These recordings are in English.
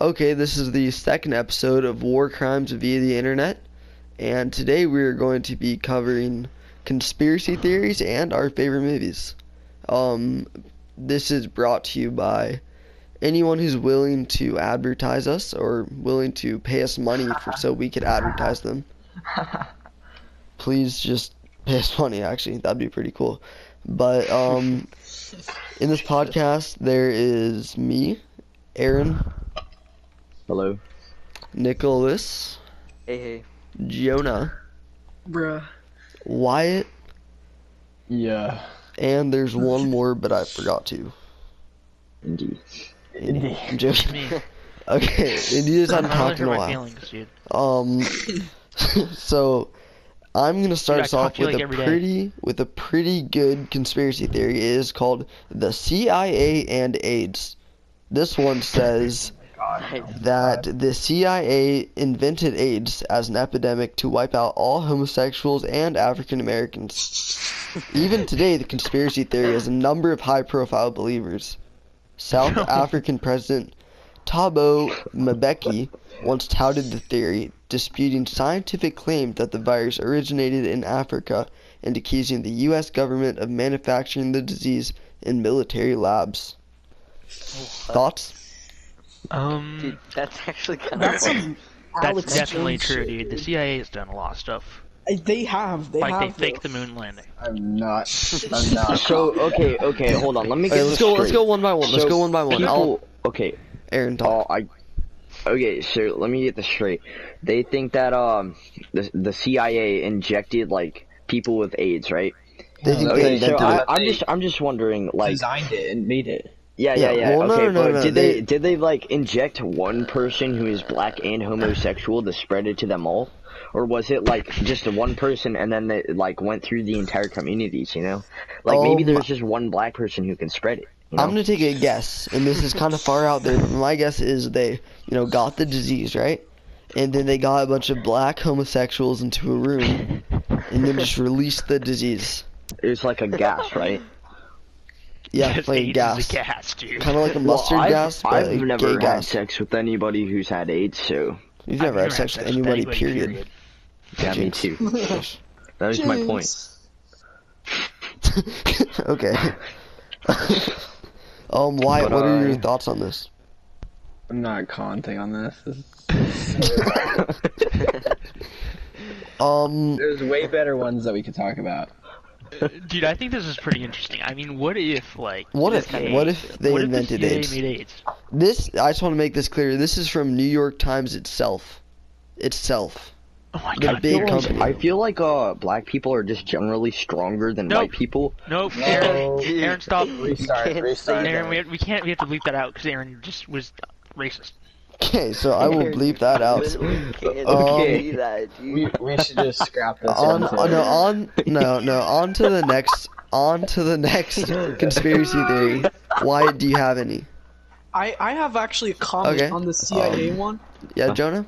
Okay, this is the second episode of War Crimes via the Internet, and today we are going to be covering conspiracy theories and our favorite movies. Um, this is brought to you by anyone who's willing to advertise us or willing to pay us money for, so we could advertise them. Please just pay us money, actually. That'd be pretty cool. But um, in this podcast, there is me, Aaron, Hello. Nicholas, Hey, hey. Jonah, Bruh. Wyatt, Yeah. and there's one more, but I forgot to. Indeed. I'm joking. okay, and you just hadn't talked in a while. dude. Um, so I'm gonna start Dude, I us off talk to you, with like, a every day. pretty with a pretty good conspiracy theory. It is called the CIA and AIDS. This one says that the CIA invented AIDS as an epidemic to wipe out all homosexuals and African Americans. Even today, the conspiracy theory has a number of high-profile believers. South African President Thabo Mbeki once touted the theory, disputing scientific claims that the virus originated in Africa and accusing the U.S. government of manufacturing the disease in military labs. Thoughts? Dude, Um, that's actually kind That's of. some that's Alex definitely Jones true, shit, dude. The CIA has done a lot of stuff. Uh, They have. They like have. they faked the though. moon landing. I'm not. I'm not. So, okay, okay, hold on. Let me Okay, let's go. Let's go one by one. Let's So, go one by one. I'll, People, okay. Aaron, Oh, talk. I. Okay, so let me get this straight. They think that um the the CIA injected like people with AIDS, right? They think Oh, Okay, they so invented I, it. I'm just I'm just wondering like designed it and made it. yeah yeah Yeah, yeah well, no, okay no, no, but no, did they, they- did they like inject one person who is black and homosexual to spread it to them all or was it like just one person and then they like went through the entire communities you know like Oh maybe my- there's just one black person who can spread it you know? I'm gonna take a guess, and this is kind of far out there. But my guess is they, you know, got the disease right, and then they got a bunch of black homosexuals into a room, and then just released the disease. it was like a gas right Yeah, Because like AIDS a is gas, a gas, dude. kind of like a mustard Well, I've, gas, but I've a never gay had gas. sex with anybody who's had AIDS so You've I've never had sex with anybody, period. yeah me Jinx. too that is my point okay. um, why? But What are your I- thoughts on this? I'm not commenting on this. Um, There's way better ones that we could talk about. Dude, I think this is pretty interesting. I mean, what if like What this if- kinda what AIDS- if they what invented if the AIDS? CIA made AIDS? this I just want to make this clear. This is from New York Times itself. Itself. Oh my The god. big dude. company. I feel like uh black people are just generally stronger than Nope. white people Nope, Aaron, Aaron, stop. Restart, restart. Aaron, we, have, we can't. We have to bleep that out because Aaron just was racist. Okay, so I will bleep that out. Okay. Um, Okay. do that, dude. we, we should just scrap this. On one, too. uh, no on no no on to the next on to the next conspiracy theory. Why do you have any? I, I have actually a comment Okay. on the CIA one. Yeah, Jonah.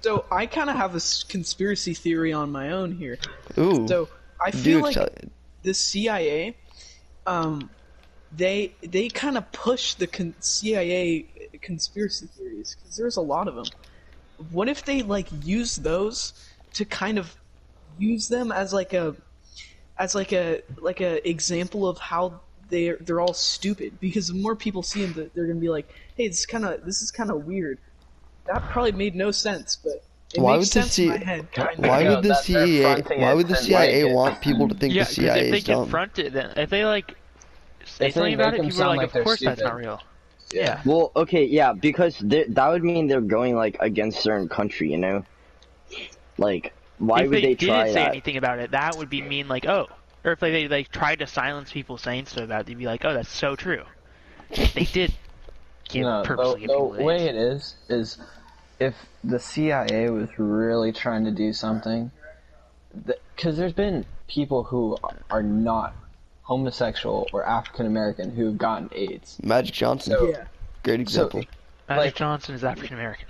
So I kind of have a s- conspiracy theory on my own here. Ooh, So I feel dude. like tell- the CIA, um, they they kind of push the con- CIA conspiracy theories because there's a lot of them. What if they like use those to kind of use them as like a as like a like a example of how they they're all stupid because the more people see them th- they're gonna be like hey this kind of this is kind of weird that probably made no sense but it Why makes would the sense C- in my head kinda. Why No, would the that- they're CIA? fronting Why it would the and CIA like it. want people to think yeah, the because if CIA they is dumb? confront it, then if they like say If they something about make it, them people are like, sound like of they're course that's not stupid." real. Yeah. Well, okay, yeah, because they- that would mean they're going like against their own country, you know. Like, why if would they, they, didn't try say that? anything about it, that would be mean like, oh. Or if they, they like tried to silence people saying stuff about it, they'd be like, oh, that's so true. They did give, No, purposely the, give the people AIDS. way it is is if the CIA was really trying to do something, because there's been people who are not homosexual or African American who've gotten AIDS. Magic Johnson, So- yeah great example. Magic like- Johnson is African American.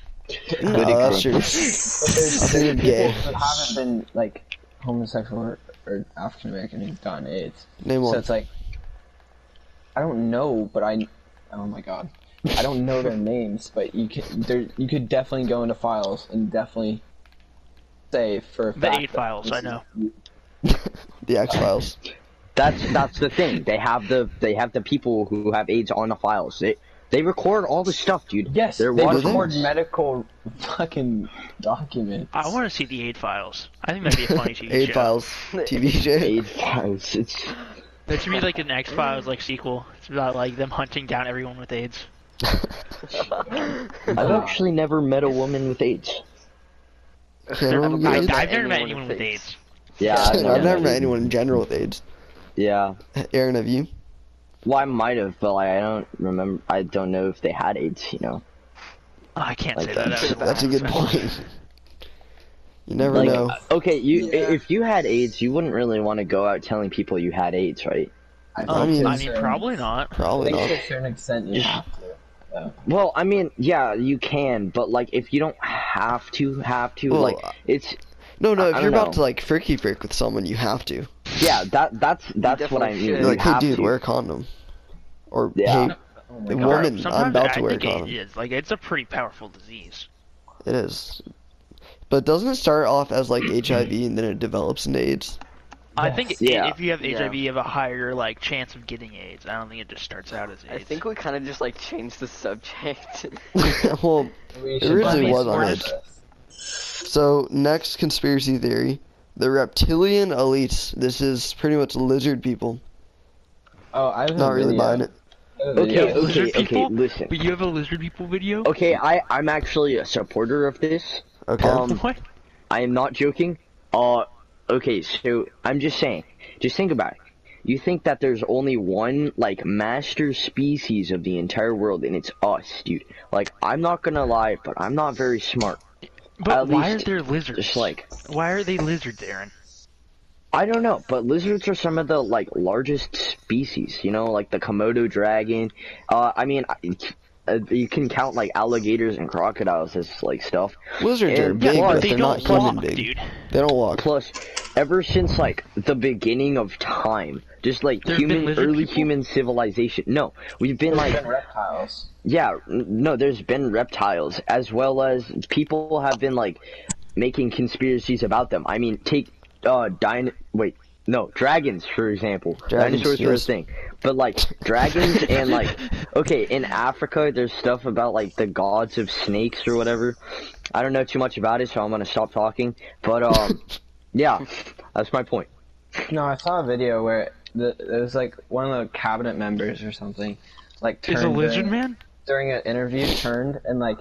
no, that's true. But there's, Dude, there's gay. people who haven't been like homosexual or, or African American who've gotten AIDS. Name So one. it's like, I don't know, but I. Oh my god. I don't know their names, but you can there you could definitely go into files and definitely say for a The fact eight that files, this I is- know. The X Files. That's that's the thing. They have the they have the people who have AIDS on the files. They they record all the stuff, dude. Yes, they they're watching. record medical fucking documents. I want to see the aid files. I think that'd be a funny TV Aid show. Files TV show. AIDS files. It's There should be like an X Files like sequel. It's about like them hunting down everyone with AIDS. I've actually never met a woman with AIDS. They're- Anyone with I, AIDS? I've never met Anyone anyone with with AIDS. Yeah, I've never met anyone in general with AIDS. Yeah, Aaron, have you? well, I might have, but like, I don't remember. I don't know if they had AIDS. You know, Oh, I can't Like say that. that's- That was- That's a good point. You never like uh, know. okay, you Yeah. if you had AIDS, you wouldn't really want to go out telling people you had AIDS, right? I mean- I mean, probably not. I Probably think not. to a certain extent you have to. Well, I mean, yeah, you can, but like if you don't have to, have to, Well, like it's No, I- no. I If don't you're about know. to like fricky frick with someone, you have to. yeah, that that's that's what I definitely mean. should. You You're like, hey, have dude, to. wear a condom. Or Yeah. hey, Oh my It god. Woman, I'm Sometimes about I to wear a think condom. it is. Like, it's a pretty powerful disease. it is. But doesn't it start off as like HIV and then it develops into AIDS? I think Yes. Yeah. i- if you have Yeah. HIV, you have a higher like chance of getting AIDS. I don't think it just starts out as I AIDS. think we kind of just like changed the subject. well, We It should originally probably was explore on this. So next conspiracy theory, the reptilian elites. This is pretty much lizard people. Oh, I have a Not really video. buying it. I uh, have a Okay, video. Lizard okay, okay. people? Listen. But you have a lizard people video. Okay, I I'm actually a supporter of this. Okay. Um, What? I am not joking. Uh, okay, so I'm just saying. Just think about it. You think that there's only one like master species of the entire world, and it's us, dude. Like I'm not gonna lie, but I'm not very smart. But at why least are there lizards? Just like why are they lizards, Aaron? I don't know, but lizards are some of the like largest species. You know, like the Komodo dragon. Uh, I mean, I- uh, you can count like alligators and crocodiles as like stuff. Lizards are and big, plus- but they they're don't not human walk, big. dude. They don't walk. Plus, ever since like the beginning of time, just like There have been human lizard early people? human civilization. No, we've been There's like been reptiles. yeah, n- no, there's been reptiles as well as people have been like making conspiracies about them. I mean, take uh dine wait, no, dragons for example. Dragons, Dinosaurs were a yes. thing. But like dragons and like okay, in Africa there's stuff about like the gods of snakes or whatever. I don't know too much about it, so I'm going to stop talking. But um yeah, that's my point. No, I saw a video where the, it was like one of the cabinet members or something, like turned Is a lizard during, man? during an interview turned and like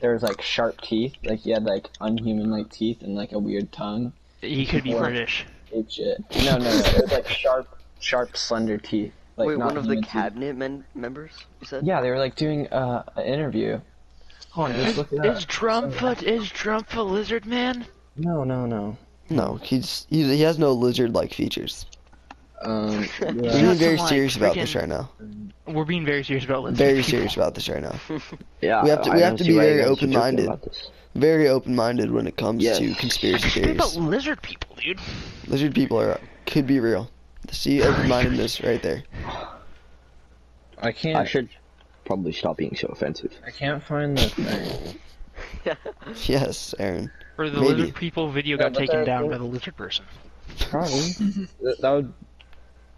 there was like sharp teeth, like he had like unhuman like teeth and like a weird tongue. He could be Or- British. Ape shit. No, no, no. It was like sharp, sharp, slender teeth. Like Wait, not one of the human teeth. cabinet men members? You said? Yeah, they were like doing uh, an interview. Oh, Hold on, just look it up. Is Drumfoot is Drumf a lizard man? No, no, no. No, he's he, he has no lizard-like features. Um, We're He's yeah. got being very some, like, serious about this freaking- right now. We're being very serious about lizards. Very serious about this right now. Yeah. We have to- I we don't have to see be why you very guys are joking open-minded. about this. Very open-minded when it comes Yes. to conspiracy Think about theories. lizard people, dude. Lizard people are could be real. See open-mindedness right there. I I can't. should probably stop being so offensive. I can't find the thing. Yes, Aaron. Or the Maybe. lizard people video Yeah, got but taken they're- down by the lizard person. Probably. that, that would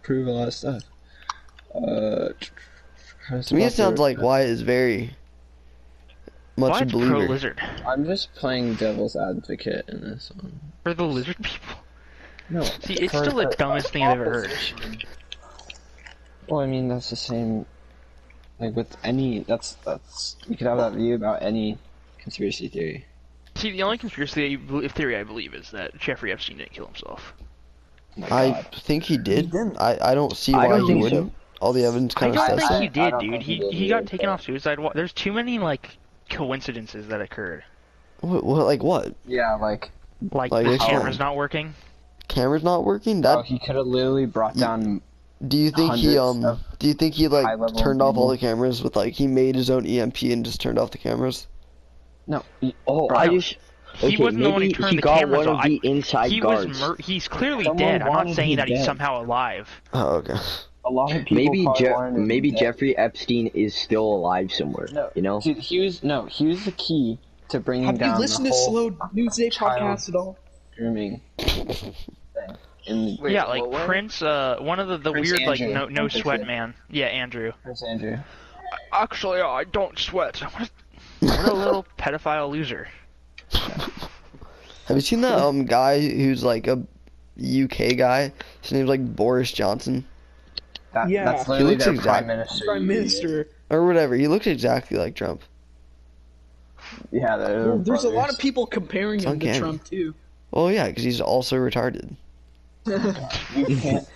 prove a lot of stuff. Uh, To me, it sounds like Wyatt is very much Why a believer. pro lizard? I'm just playing devil's advocate in this one. For the lizard people. No. See, it's for still the dumbest thing I've ever heard. Well, I mean that's the same. Like with any, that's that's you could have that view about any conspiracy theory. See, the only conspiracy theory I believe is that Jeffrey Epstein didn't kill himself. Oh my I God. think he did. I, I don't see I why don't he think so. wouldn't. All the evidence I kind of don't says think that. he I did, don't dude. think He he did he got either, taken but- off suicide watch. There's too many like coincidences that occurred. What, what, like what? Yeah, like Like, Like, the which camera's one? not working. Camera's not working. oh, That he could have literally brought down. do you think he um hundreds of do you think he like high-level turned off all people. the cameras with like he made his own EMP and just turned off the cameras? No, Oh, Bro, I no. just. He okay, wasn't the one who maybe turned he the got cameras one of off. the I- inside he guards. was mur- he's clearly Someone dead. I'm not wanted saying him that he's dead. somehow alive. Oh okay. a lot of people Maybe probably Je- wanted to be maybe dead. Jeffrey Epstein is still alive somewhere. No, You know? dude, he was no, he was the key to bringing Have down you listened the to whole Slow News Day child- podcast at all? grooming thing. In Wait, yeah, like what, what? Prince, uh, one of the, the Prince weird, like Andrew. no no Prince Andrew. sweat man. Yeah, Andrew. Prince Andrew, Actually, I don't sweat. What a, what a little pedophile loser. Have you seen that um guy who's like a UK guy? His name's like Boris Johnson that, Yeah. that's He literally looks their exact- prime minister. Prime Minister. or whatever. He looks exactly like Trump. Yeah, they're Well, there's a lot brothers. of people comparing him uncanny. to Trump too. Oh yeah, because he's also retarded. You can't-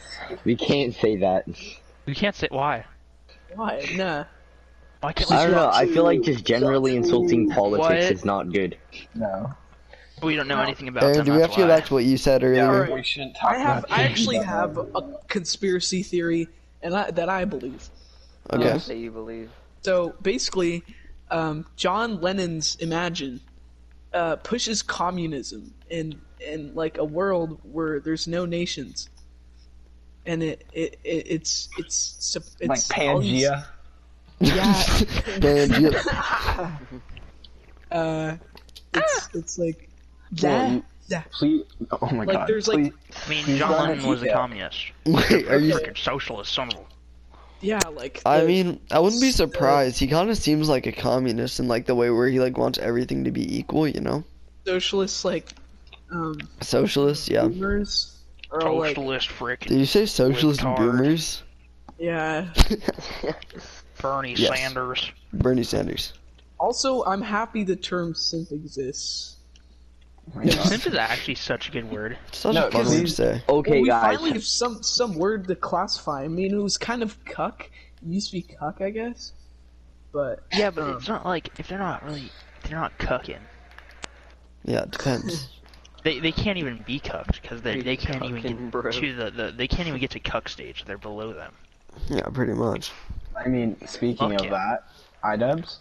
We can't say that. You can't say why. Why? Nah. Why can't I we? don't know. I feel like just generally insulting politics What? is not good. no. We don't know anything about Aaron, them. do we have that's to go why. back to what you said earlier? alright. We shouldn't talk I have. about I this. actually have a conspiracy theory, and I, that I believe. Okay. Say you believe. So basically, um, John Lennon's Imagine uh, pushes communism and and like a world where there's no nations, and it, it, it it's it's sup- it's like all these- Pangea. Yeah. Damn, you- Uh, it's it's like Yeah, that. you- that. Please, oh my Like, god. there's, like- please, I mean, He's John not a Lennon was a detail. communist. Wait, are you? Freaking socialist son of a. Yeah, like I the- mean, I wouldn't be So- surprised. He kind of seems like a communist in like the way where he like wants everything to be equal, you know? socialists like um Socialist, yeah. boomers are all, like Socialist Did frickin' you say socialist Retard. boomers? yeah. Bernie Yes. Sanders. Bernie Sanders. Also, I'm happy the term simp exists. oh my god. Simp is actually such a good word. Such No, a fun 'cause word to he's- say. Okay, well, we guys. finally have some some word to classify. I mean, it was kind of cuck. It used to be cuck, I guess. But Yeah, but it's not like if they're not really, they're not cucking. Yeah, it depends. They they can't even be cucked because they they can't even Cucking get bro. to the, the they can't even get to cuck stage. They're below them. yeah, pretty much. I mean, speaking Fuck of yeah. that, idubs.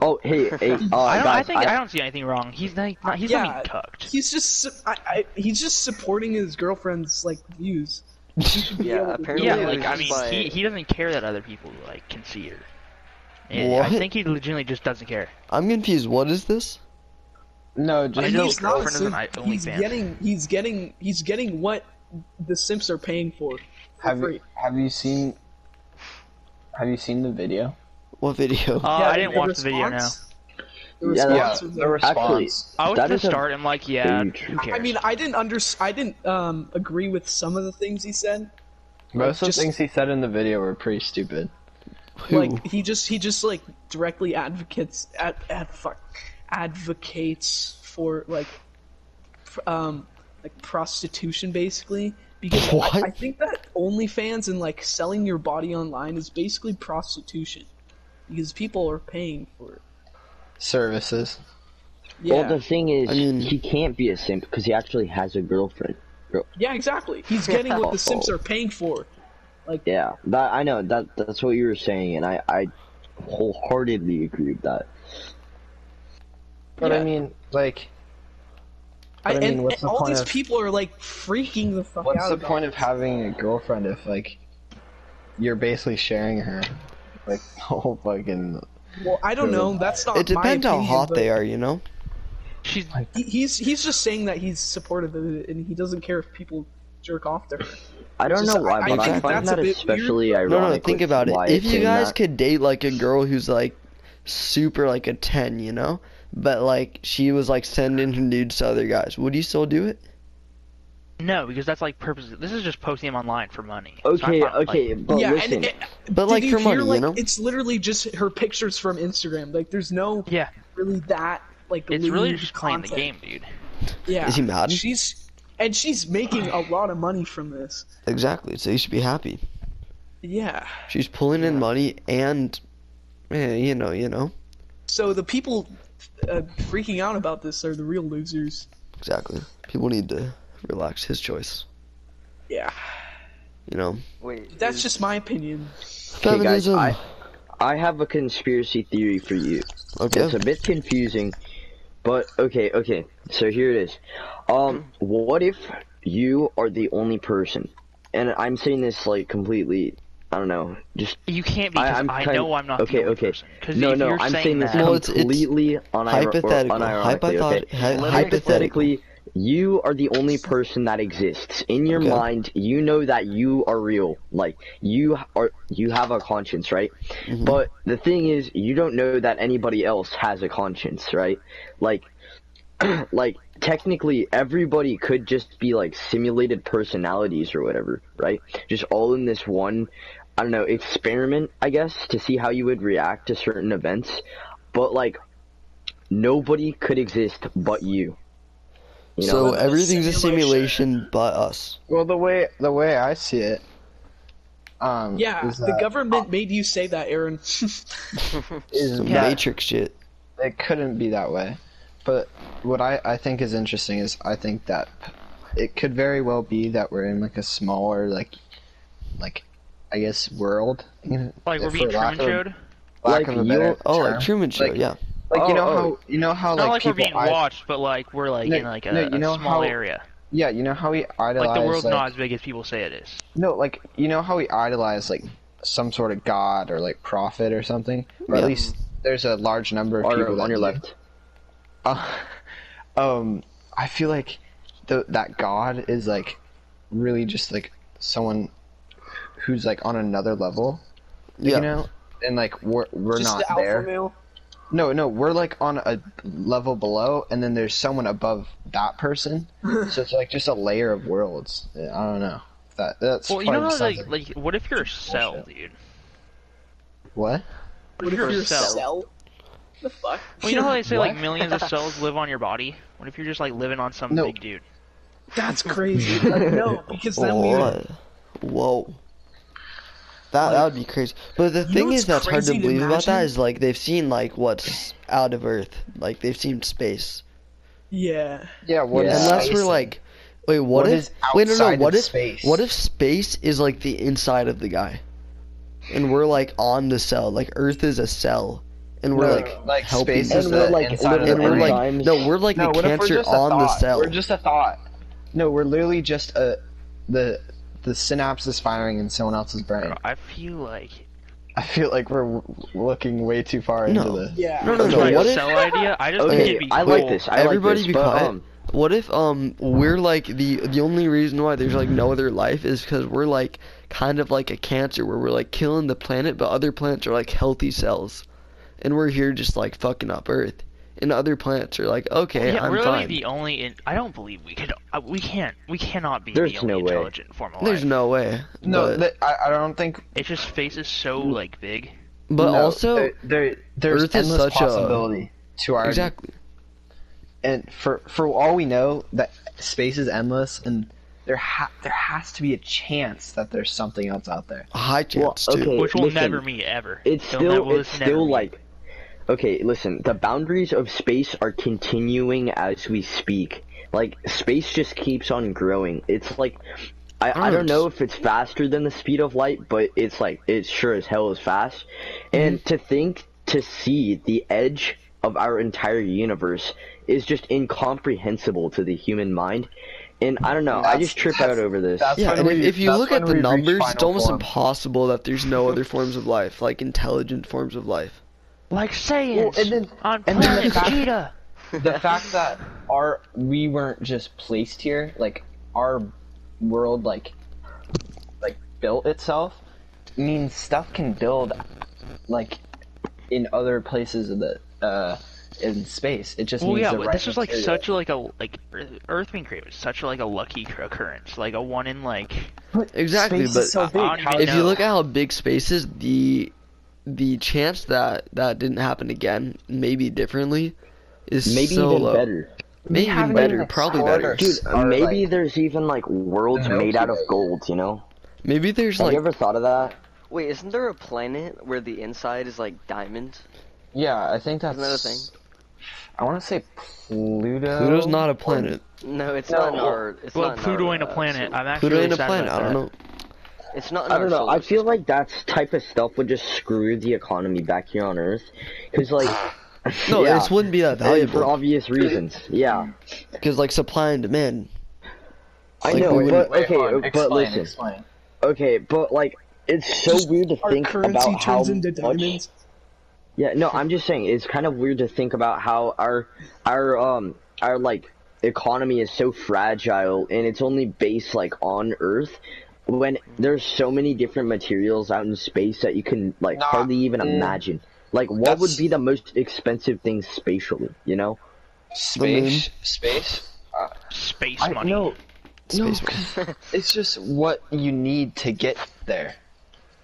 Oh, hey, hey, uh, I don't. guys, I think I, don't see anything wrong. He's not. not he's Yeah. not being cucked. he's just su- I, I, he's just supporting his girlfriend's like views. Yeah, apparently. Yeah, it like was I just mean, by- he he doesn't care that other people like can see her. Yeah, What? I think he legitimately just doesn't care. I'm confused. What is this? No, I just know he's girlfriend is simp. an I- he's OnlyFans. getting he's getting he's getting what the simps are paying for. for have free. you have you seen have you seen the video? What video? Uh, I didn't the watch the video. Now response- the Yeah, response was like- Actually, I was That at the is a start. I'm like, yeah, huge- who cares? I mean, I didn't under I didn't um agree with some of the things he said. Most of Just- the things he said in the video were pretty stupid. Who? Like he just he just like directly advocates ad, ad fuck advocates for like pr- um like prostitution basically because I- What? I, think that OnlyFans and like selling your body online is basically prostitution because people are paying for it. Services. Yeah, Well, the thing is, I mean- he can't be a simp because he actually has a girlfriend. yeah, exactly. He's getting what the Sims are paying for. Yeah, that I know. That that's what you were saying, and I I wholeheartedly agree with that. But Yeah. I mean, like, I, But I mean, and, what's and the all point these of- people are like freaking the fuck what's out. the about point it. of having a girlfriend if like you're basically sharing her, like the whole fucking. Well, I don't know. That's not. it depends my how opinion, hot but they are, you know? she's he- He's he's just saying that he's supportive of it, and he doesn't care if people jerk off to her. I don't Just- know why, I- I but I, think find that's that a bit especially ironic. No, no, think with about it. why If you came guys out. could date like a girl who's like super like a 10, you know? But like she was like sending her nudes to other guys, would you still do it? no, because that's like purpose. This is just posting them online for money. So I Okay, thought, like, okay, but yeah, listen, and it, But did like you for hear, money, like, you know? it's literally just her pictures from Instagram. Like, there's no yeah, really that like. it's really lewd just playing the content. game, dude. Yeah, Is he mad? She's and she's making a lot of money from this. Exactly. So you should be happy. Yeah. She's pulling in money and eh, you know, you know. So the people uh, freaking out about this are the real losers. Exactly. People need to relax his choice, Yeah. you know. Wait, That's is- just my opinion. okay, guys, Feminism. I I have a conspiracy theory for you. okay. It's a bit confusing, but okay, okay. So here it is. Um, Mm-hmm. what if you are the only person, and I'm saying this like completely I don't know. Just You can't because I, I, am know I'm not okay. the only okay. person. 'Cause No, if no, you're I'm saying, saying this that, Well, it's- it's completely unir- hypothetical. or unironically. Hypothetical- okay? hy- hypothetically, you are the only person that exists in your Okay. mind. You know that you are real. Like you are, you have a conscience, right? But the thing is, you don't know that anybody else has a conscience, right? Like, like technically, everybody could just be like simulated personalities or whatever, right? Just all in this one. I don't know, experiment, I guess, to see how you would react to certain events. But like, nobody could exist but you. You so know? everything's a Simulation. simulation but us. Well, the way the way I see it, um, Yeah, is the that- government made you say that, Aaron. is Some that Matrix shit. it couldn't be that way. But what I, I think is interesting is I think that it could very well be that we're in like a smaller like like I guess world. you know, like we're for being lack Truman showed, of- Lack Like, of a you'll- better Oh, term. like Truman Show. Like- yeah. Like you Oh, know oh. how you know how not like, like we're people being i- watched, but like we're like No, in like a, no, you know a small how- area. yeah you know how we idolize Like the world's like- not as big as people say it is. No, like you know how we idolize like some sort of god or like prophet or something. Or at Yeah. least there's a large number of Or people that on your do. left. Uh, um, I feel like the, that god is like really just like someone who's like on another level, Yeah. you know. And like we're we're Just not the alpha there. male. No, no, we're like on a level below, and then there's someone above that person. so it's like just a layer of worlds. I don't know. That that's Well, you know probably how sounds like like what if you're a cell, dude? what? What if you're a cell? The fuck? Well, you know how they say like What? millions of cells live on your body. What if you're just like living on some No. big dude? That's crazy. Like, no, because then we would What? Whoa. That that would be crazy. But the know thing is what's that's hard to crazy to believe about that imagine? is like they've seen like what's out of Earth. Like they've seen space. Yeah. Yeah, what Yeah. is Unless space we're and- like wait, what, What if is wait no no outside what of if space? what if space is like the inside of the guy? And we're like on the cell. Like Earth is a cell. And we're No, like, like helping space the is cell. And we're the like- inside of and the we're brain. like Enzymes. no, we're like no, the what if we're cancer just a on the thought? cell. We're just a thought. No, we're literally just a the the synapse is firing in someone else's brain. Bro, I feel like I feel like we're w- looking way too far into No. the. Yeah. no, no, Like no. a What if cell idea. I just Oh, think Okay, it'd be I cool. like this. I Everybody like be this, but, quiet. um, What if um we're like the the only reason why there's like no other life is because we're like kind of like a cancer where we're like killing the planet, but other planets are like healthy cells, and we're here just like fucking up Earth, and other planets are like okay, yeah, I'm we're really fine. the only. In, I don't believe we could. uh, We can't. We cannot be There's the only no way. intelligent form of life. There's no way. No, but, th- I, I don't think. It's just space is so like big. but no, also uh, there, there- there's Earth is endless such a- possibility to our exactly. and for for all we know, that space is endless, and there ha- there has to be a chance that there's something else out there. A high Well, chance okay, too. which we'll listen, never meet ever. It's They'll never- still, we'll it's just never still meet. like, okay, listen, the boundaries of space are continuing as we speak. Like, space just keeps on growing. It's like, I, I don't know if it's faster than the speed of light, but it's like, it sure as hell is fast. Mm-hmm. And to think, to see the edge of our entire universe is just incomprehensible to the human mind. And I don't know, I That's- just trip that's- out over this. that's Yeah, when and if, we- if you that's look at when the we reach numbers, it's final almost form. impossible that there's no other forms of life, like intelligent forms of life. like Well, Saiyans and then- on and then the planet fact- Vegeta. the fact that our we weren't just placed here, like our world, like like built itself, means stuff can build, like in other places of the uh in space. It just Well, means yeah, the but right this is like material. such like a like Earth- Earth being created was such like a lucky cr- occurrence, like a one in like. But Exactly, space is but so I- I big. don't How- even if you know. look at how big space is, the the chance that that didn't happen again, maybe differently, is Maybe so even low. better. Maybe even haven't better, even probably explored better. our Dude, Or, maybe like, there's even like worlds Milky made out of Way. gold, you know? Maybe there's Have like you ever thought of that? Wait, isn't there a planet where the inside is like diamond? yeah, I think that's Isn't that a thing? I want to say Pluto. Pluto's not a planet. No, it's No, not in well- our. It's Well, not in Pluto our, ain't a uh, planet. sol- I'm actually Pluto really ain't a sad planet. about I don't that. know. It's not in I our don't know. solar I feel like that type of stuff would just screw the economy back here on Earth, because like, No, yeah, this wouldn't be that and for valuable obvious reasons. Yeah, because like supply and demand. I Like, know. we But Wait, okay, uh, hold on, but explain, listen. explain. Okay, but like, It's so weird to Our think currency about how turns into much- diamonds. Yeah, no, I'm just saying it's kind of weird to think about how our our um our like economy is so fragile and it's only based like on Earth when there's so many different materials out in space that you can like Nah, hardly even mm, imagine. Like what would that's- be the most expensive thing spatially, you know? Space, space. Space I money. no, no, Space money. 'cause it's just what you need to get there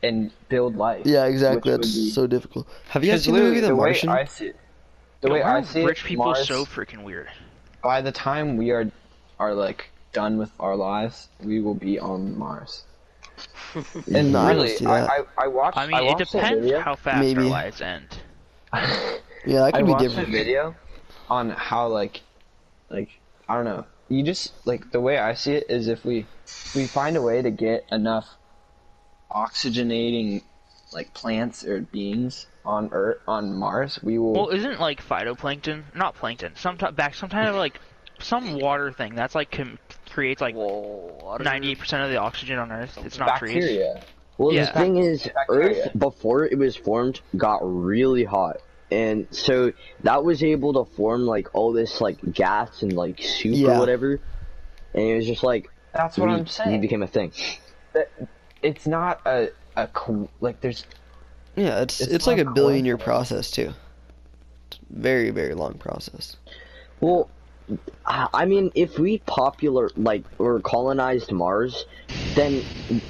and build life. Yeah, exactly. Which would That's be- so difficult. Have you guys Because seen the movie literally, The, way Martian? I see it, the Yo, way why I are see rich it, people Mars, so freaking weird. by the time we are are like done with our lives, we will be on Mars. and No, I don't really, see that. I, I I watched. I mean, it watched a depends video. how fast Maybe. our lives end. yeah, that I could be watched different. a video on how like like I don't know. You just like the way I see it is if we if we find a way to get enough oxygenating like plants or beings on Earth on Mars, we will. Well, isn't like phytoplankton, not plankton, some t- back some kind of like some water thing that's like com- creates like Water. ninety eight percent of the oxygen on Earth. It's not trees. bacteria. Well, Yeah. the thing is, Bacteria. Earth before it was formed got really hot, and so that was able to form like all this like gas and like soup Yeah. or whatever, and it was just like That's what we, I'm we saying. became a thing. That- it's not a a co- like there's Yeah, it's it's, It's like a not billion year process too. It's a very very long process. Well, I I mean, if we popular like or colonized Mars, then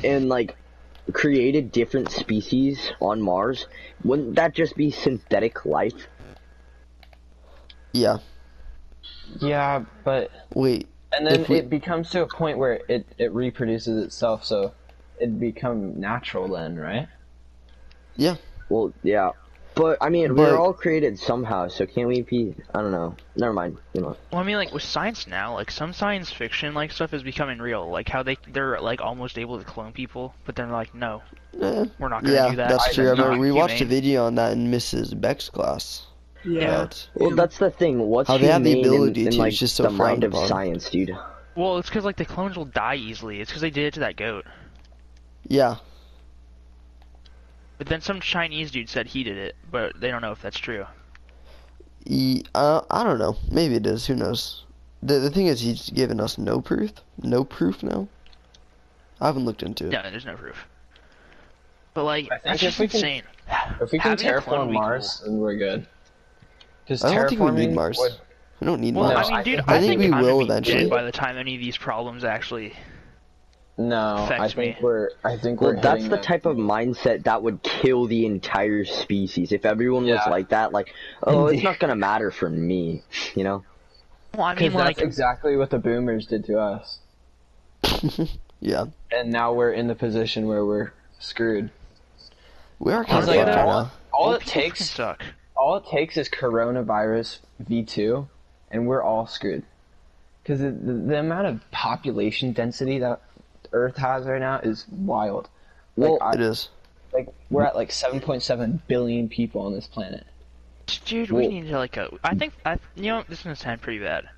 and like created different species on Mars, wouldn't that just be synthetic life? Yeah. yeah, but Wait. and then If we- it becomes to a point where it it reproduces itself, so it'd become natural then, right? Yeah. Well, yeah. But I mean, But- we're all created somehow, so can we be? I don't know. Never mind. You know. Well, I mean, like with science now, like some science fiction like stuff is becoming real. Like how they they're like almost able to clone people, but then they're like, no, Eh, we're not gonna yeah, do that. that's true. I Not remember we watched a humane. video on that in Mrs. Beck's class. Yeah. About Well, that's the thing. What's How they have the humane in- ability in, to, like it's just so the mind frowned of upon. science, dude? Well, it's because like the clones will die easily. It's because they did it to that goat. yeah. But then some Chinese dude said he did it, but they don't know if that's true. E- uh, I don't know. Maybe it is. Who knows? The the thing is, he's given us no proof. No proof now. I haven't looked into it. No, there's no proof. But like, I think that's if just we can- insane. If we can Having a clone would be terraform cool. Mars, then we're good. Because I don't terraforming think we need Mars. would- We don't need Well, Mars. I mean, I dude, think- I, I think think, we I'm will gonna be eventually. dead by the time any of these problems actually. no, I affects think me. we're. I think Well, we're. that's hitting the type of mindset that would kill the entire species. If everyone was Yeah. like that, like, oh, it's not gonna matter for me, you know? Well, I 'cause mean, like, that's exactly what the boomers did to us, yeah, and now we're in the position where we're screwed. we are kind of Because Honestly, like fucked though, right all, now. all it people freaking takes, suck. all it takes is coronavirus V two, and we're all screwed. Because the, the, the amount of population density that Earth has right now is wild. Like, Well, I- It is. like we're at like 7.7 billion people on this planet. Dude, we Well- need to like go. I think I, you know, this is gonna sound pretty bad.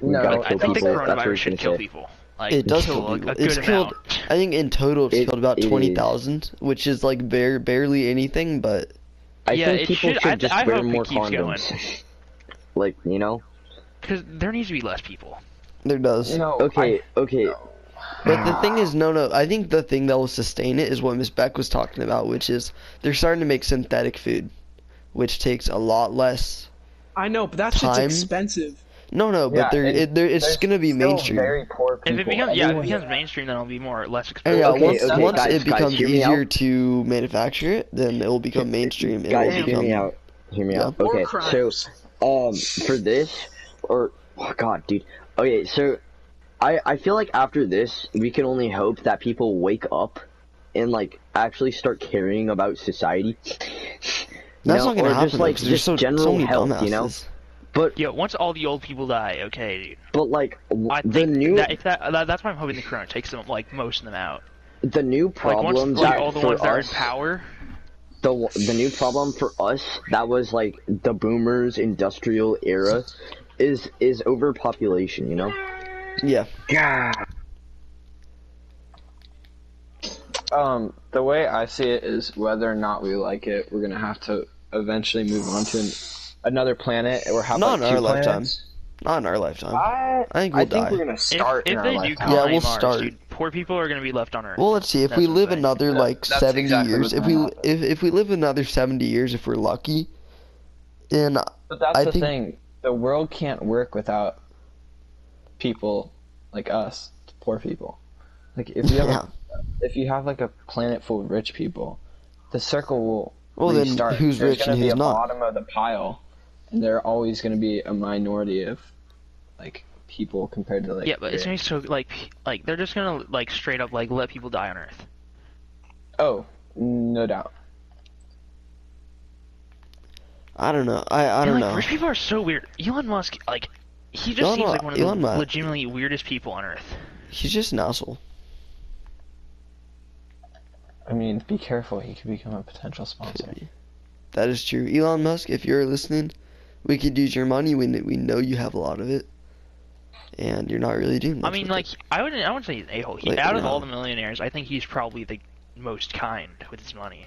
We No, gotta But I kill think the people, that's what coronavirus we should should kill say. people. Like, It does kill kill a, people. a good It's killed. amount. I think in total it's It- killed about it is. twenty thousand, which is like bare, barely anything. But I Yeah, think it people should- should, I- just I wear hope it more keeps going. condoms. like, you know? Because there needs to be less people. there does. No, Okay, okay. But the thing is, no, no. I think the thing that will sustain it is what Miss Beck was talking about, which is they're starting to make synthetic food, which takes a lot less. I know, but that shit's Time? expensive. No, no. But Yeah, they're, and it, they're it's there's gonna be still mainstream. Very poor people. If it becomes, yeah, if it Everyone- becomes mainstream, then it'll be more less And expensive. yeah, Okay, once, okay, once guys, it guys, becomes hear me easier out. to manufacture it, then it will become mainstream. and it Guys, will hear become, me out. Hear me Yeah. out. War Okay, so crimes. um for this or oh god, dude. Okay, so I I feel like after this we can only hope that people wake up and like actually start caring about society. You That's know, not gonna or happen. Just like because there's just so, general so many health, dumbasses. you know. Yeah, once all the old people die, okay, dude. But like w- I the think new that, if that, that that's why I'm hoping the corona takes them like most of them out. the new Like problem once like that all the for ones that are in us power. the the new problem for us that was like the boomers industrial era is is overpopulation. You know. Yeah. Yeah. um, the way I see it is whether or not we like it, we're gonna have to eventually move on to an, another planet or have Not in like, two our lifetime. planets. Not in our lifetime. I, I think we'll die. we're gonna If- start if, in they our do lifetime. colonize Yeah, we'll Mars, start. dude, poor people are going to be left on Earth. Well, let's see. If That's we the live thing. another That- like that's seventy exactly what's years, if gonna we happen. if if we live another seventy years, if we're lucky, and But that's I the think- thing. The world can't work without people like us, poor people. Like if you have Yeah. a, if you have like a planet full of rich people, the circle will Well, then restart. who's There's rich gonna and be who's a not? Bottom of the pile, and there are always going to be a minority of like people compared to like yeah, but it's going rich. to be so like p- like they're just going to like straight up like let people die on Earth. oh no doubt. I don't know. I I And, don't like, know. Rich people are so weird. Elon Musk, like, he just Elon seems Mu- like one of Elon the Musk. legitimately weirdest people on Earth. He's just an asshole. I mean, be careful. He could become a potential sponsor. That is true. Elon Musk, if you're listening, we could use your money. We kn- we know you have a lot of it, and you're not really doing. I much mean, with like, it. I wouldn't, I wouldn't say he's an a-hole. He, Like, out of no. all the millionaires, I think he's probably the most kind with his money.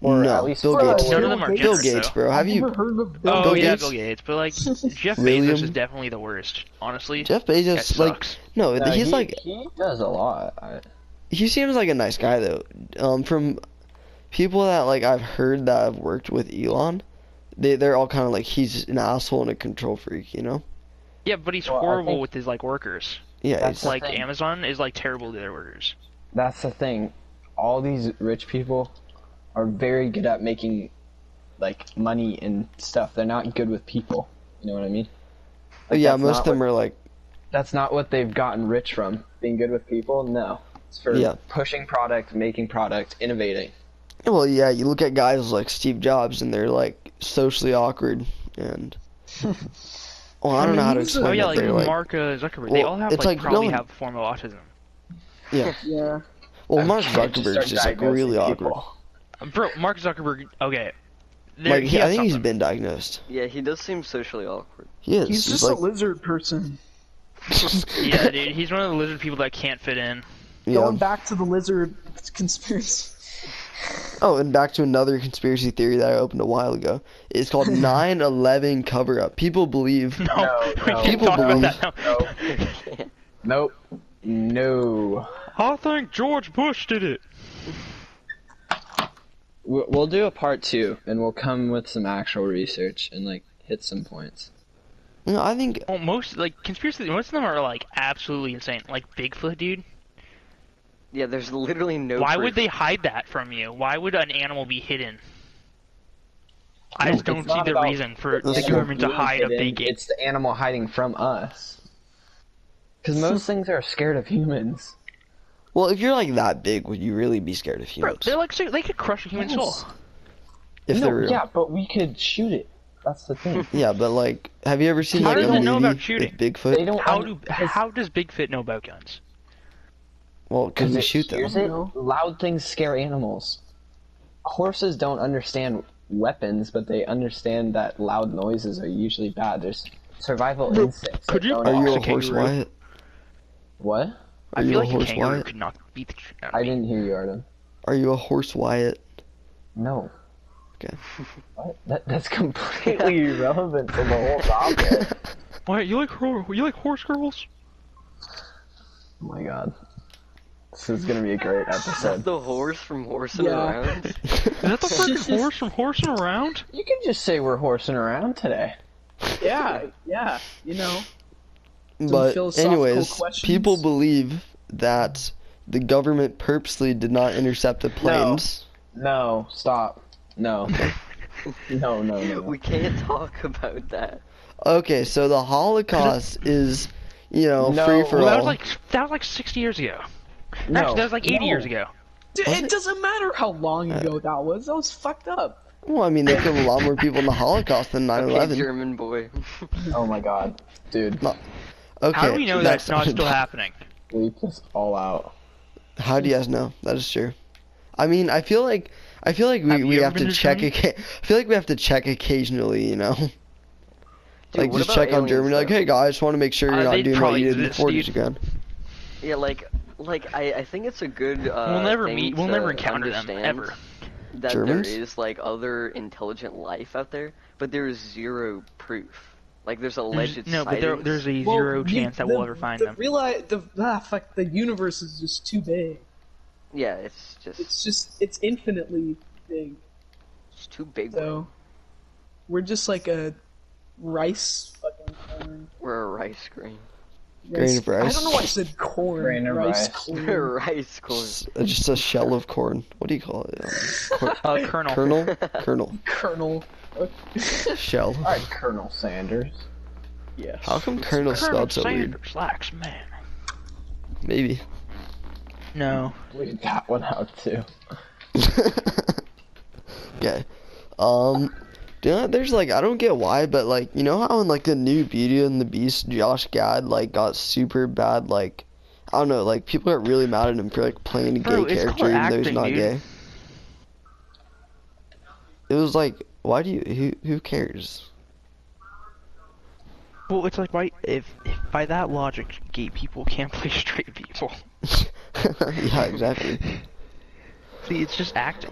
Or no, at least Bill Bro, Gates. None of them are Bill generous, Gates, though. bro. Have I've you? never heard of Bill Oh Bill yeah, Gates? Bill Gates, but like Jeff William- Bezos is definitely the worst, honestly. Jeff That Bezos, like, sucks. no, No, he's he- like, he does a lot. I, he seems like a nice guy though. Um, from people that like I've heard that have worked with Elon, they they're all kind of like he's an asshole and a control freak, you know? yeah, but he's Well, I horrible think- with his like workers. Yeah, That's it's the like Like thing. Amazon is like terrible to their workers. that's the thing. All these rich people are very good at making like money and stuff. They're not good with people. You know what I mean? Like, yeah, that's most not of them what- are like That's not what they've gotten rich from. Being good with people, no. It's for Yeah. pushing product, making product, innovating. well, yeah, you look at guys like Steve Jobs and they're like socially awkward and well, I don't know how to mean, he's a- explain Oh it. yeah, like They're like Mark uh, Zuckerberg, they Well, all have it's like, like, no probably one- have a form of autism. Yeah. well, Mark You can't Zuckerberg's start just like diagnosing really awkward. people. Uh, Bro, Mark Zuckerberg. Okay, there, Like he he, I has think he's something. been diagnosed. Yeah, he does seem socially awkward. He is. He's just like, a lizard person. Yeah, dude, he's one of the lizard people that can't fit in. yeah. Going back to the lizard conspiracy. Oh, and back to another conspiracy theory that I opened a while ago. It's called 9/11 cover-up. People believe No, No, we no. can't People talk believe- about that. No. Nope. No. I think George Bush did it. We- We'll do a part two, and we'll come with some actual research and like hit some points. You know, I think Well, most like conspiracy, most of them are like absolutely insane. Like Bigfoot, dude. Yeah, there's literally no. Why proof. would they hide that from you? Why would an animal be hidden? I No, just don't it's see not the about- reason for it's the not government to being hide a hidden, big. It's the animal hiding from us. Because most things are scared of humans. well, if you're like that big, would you really be scared of Bro, humans? they're like ser- they could crush a human soul. Yes. if no, they're real. yeah, but we could shoot it. That's the thing. Yeah, but like, have you ever seen How like do a they movie know about with shooting? Bigfoot? they don't. How un- do how does Bigfoot know about guns? Well, because we it shoot them. hears it. Loud things scare animals. Horses don't understand weapons, but they understand that loud noises are usually bad. There's survival instincts. could that you- don't Are you a Oh, It's a horse kangaroo. Wyatt? What? Are I you feel a like a horse kangaroo Wyatt? could not beat the shit out I of me. didn't hear you, Artem. Are you a horse Wyatt? No. Okay. What? That, that's completely irrelevant to the whole topic. Why you like you like horse girls? Oh my god. This is gonna be a great episode. the horse from horsing Yeah. around? Is that the freaking horse from horsing around? You can just say we're horsing around today. Yeah, yeah. You know. but philosophical anyways, questions? people believe that the government purposely did not intercept the planes. No, stop. No. no, no, no. we can't talk about that. Okay, so the Holocaust is, you know, No. free for Well, all. that was like that was like 60 years ago. no. Actually, that was like 80 years ago. D- it doesn't matter how long ago that was. That was fucked up. Well, I mean, they killed a lot more people in the Holocaust than 9 Okay, 11. German boy. Oh my god. Dude, Okay, How do we know that's, not sounded still bad. happening? bleep this all out. How do you guys know? That is true. I mean, I feel like I feel like we, Have you we ever have been to to check. Germany? Oca- I feel like we have to check occasionally, you know, Dude, like what just about check on aliens, Germany. Like, though? hey guys, just want to make sure Uh, you're they not doing what probably you did exist, four dude. years ago. Yeah, like like I, I think it's a good. Uh, we'll never thing meet. We'll to never encounter them understand ever. That Germans? there is like other intelligent life out there, but there is zero proof. Like there's There's- alleged no, but there, sightings. there's a Well, zero the- chance that the- we'll ever find the them. Realize the ah, fuck. The universe is just too big. yeah, it's just It's just it's infinitely big. it's too big. So we're just like a rice fucking corn. We're a rice grain. Grain of rice. I don't know why I said corn. Grain of rice. rice. We're Corn. a rice corn. S- uh, Just a shell of corn. What do you call it? Um, cor- Uh, Colonel. kernel? Kernel. Kernel. Shell. All right, Colonel Sanders. yeah. How come kernel Colonel spelled so weird? Sanders Lax, man. Maybe. No. Leave that one out too. okay. Um, do you know, there's like I don't get why, but like you know how in like the new Beauty and the Beast, Josh Gad like got super bad like I don't know like people got really mad at him for like playing a gay Bro, it's character called even though he's acting, not dude. gay. It was like why do you who who cares? Well, it's like why if, if by that logic, gay people can't play straight people. yeah, exactly. See, it's just acting.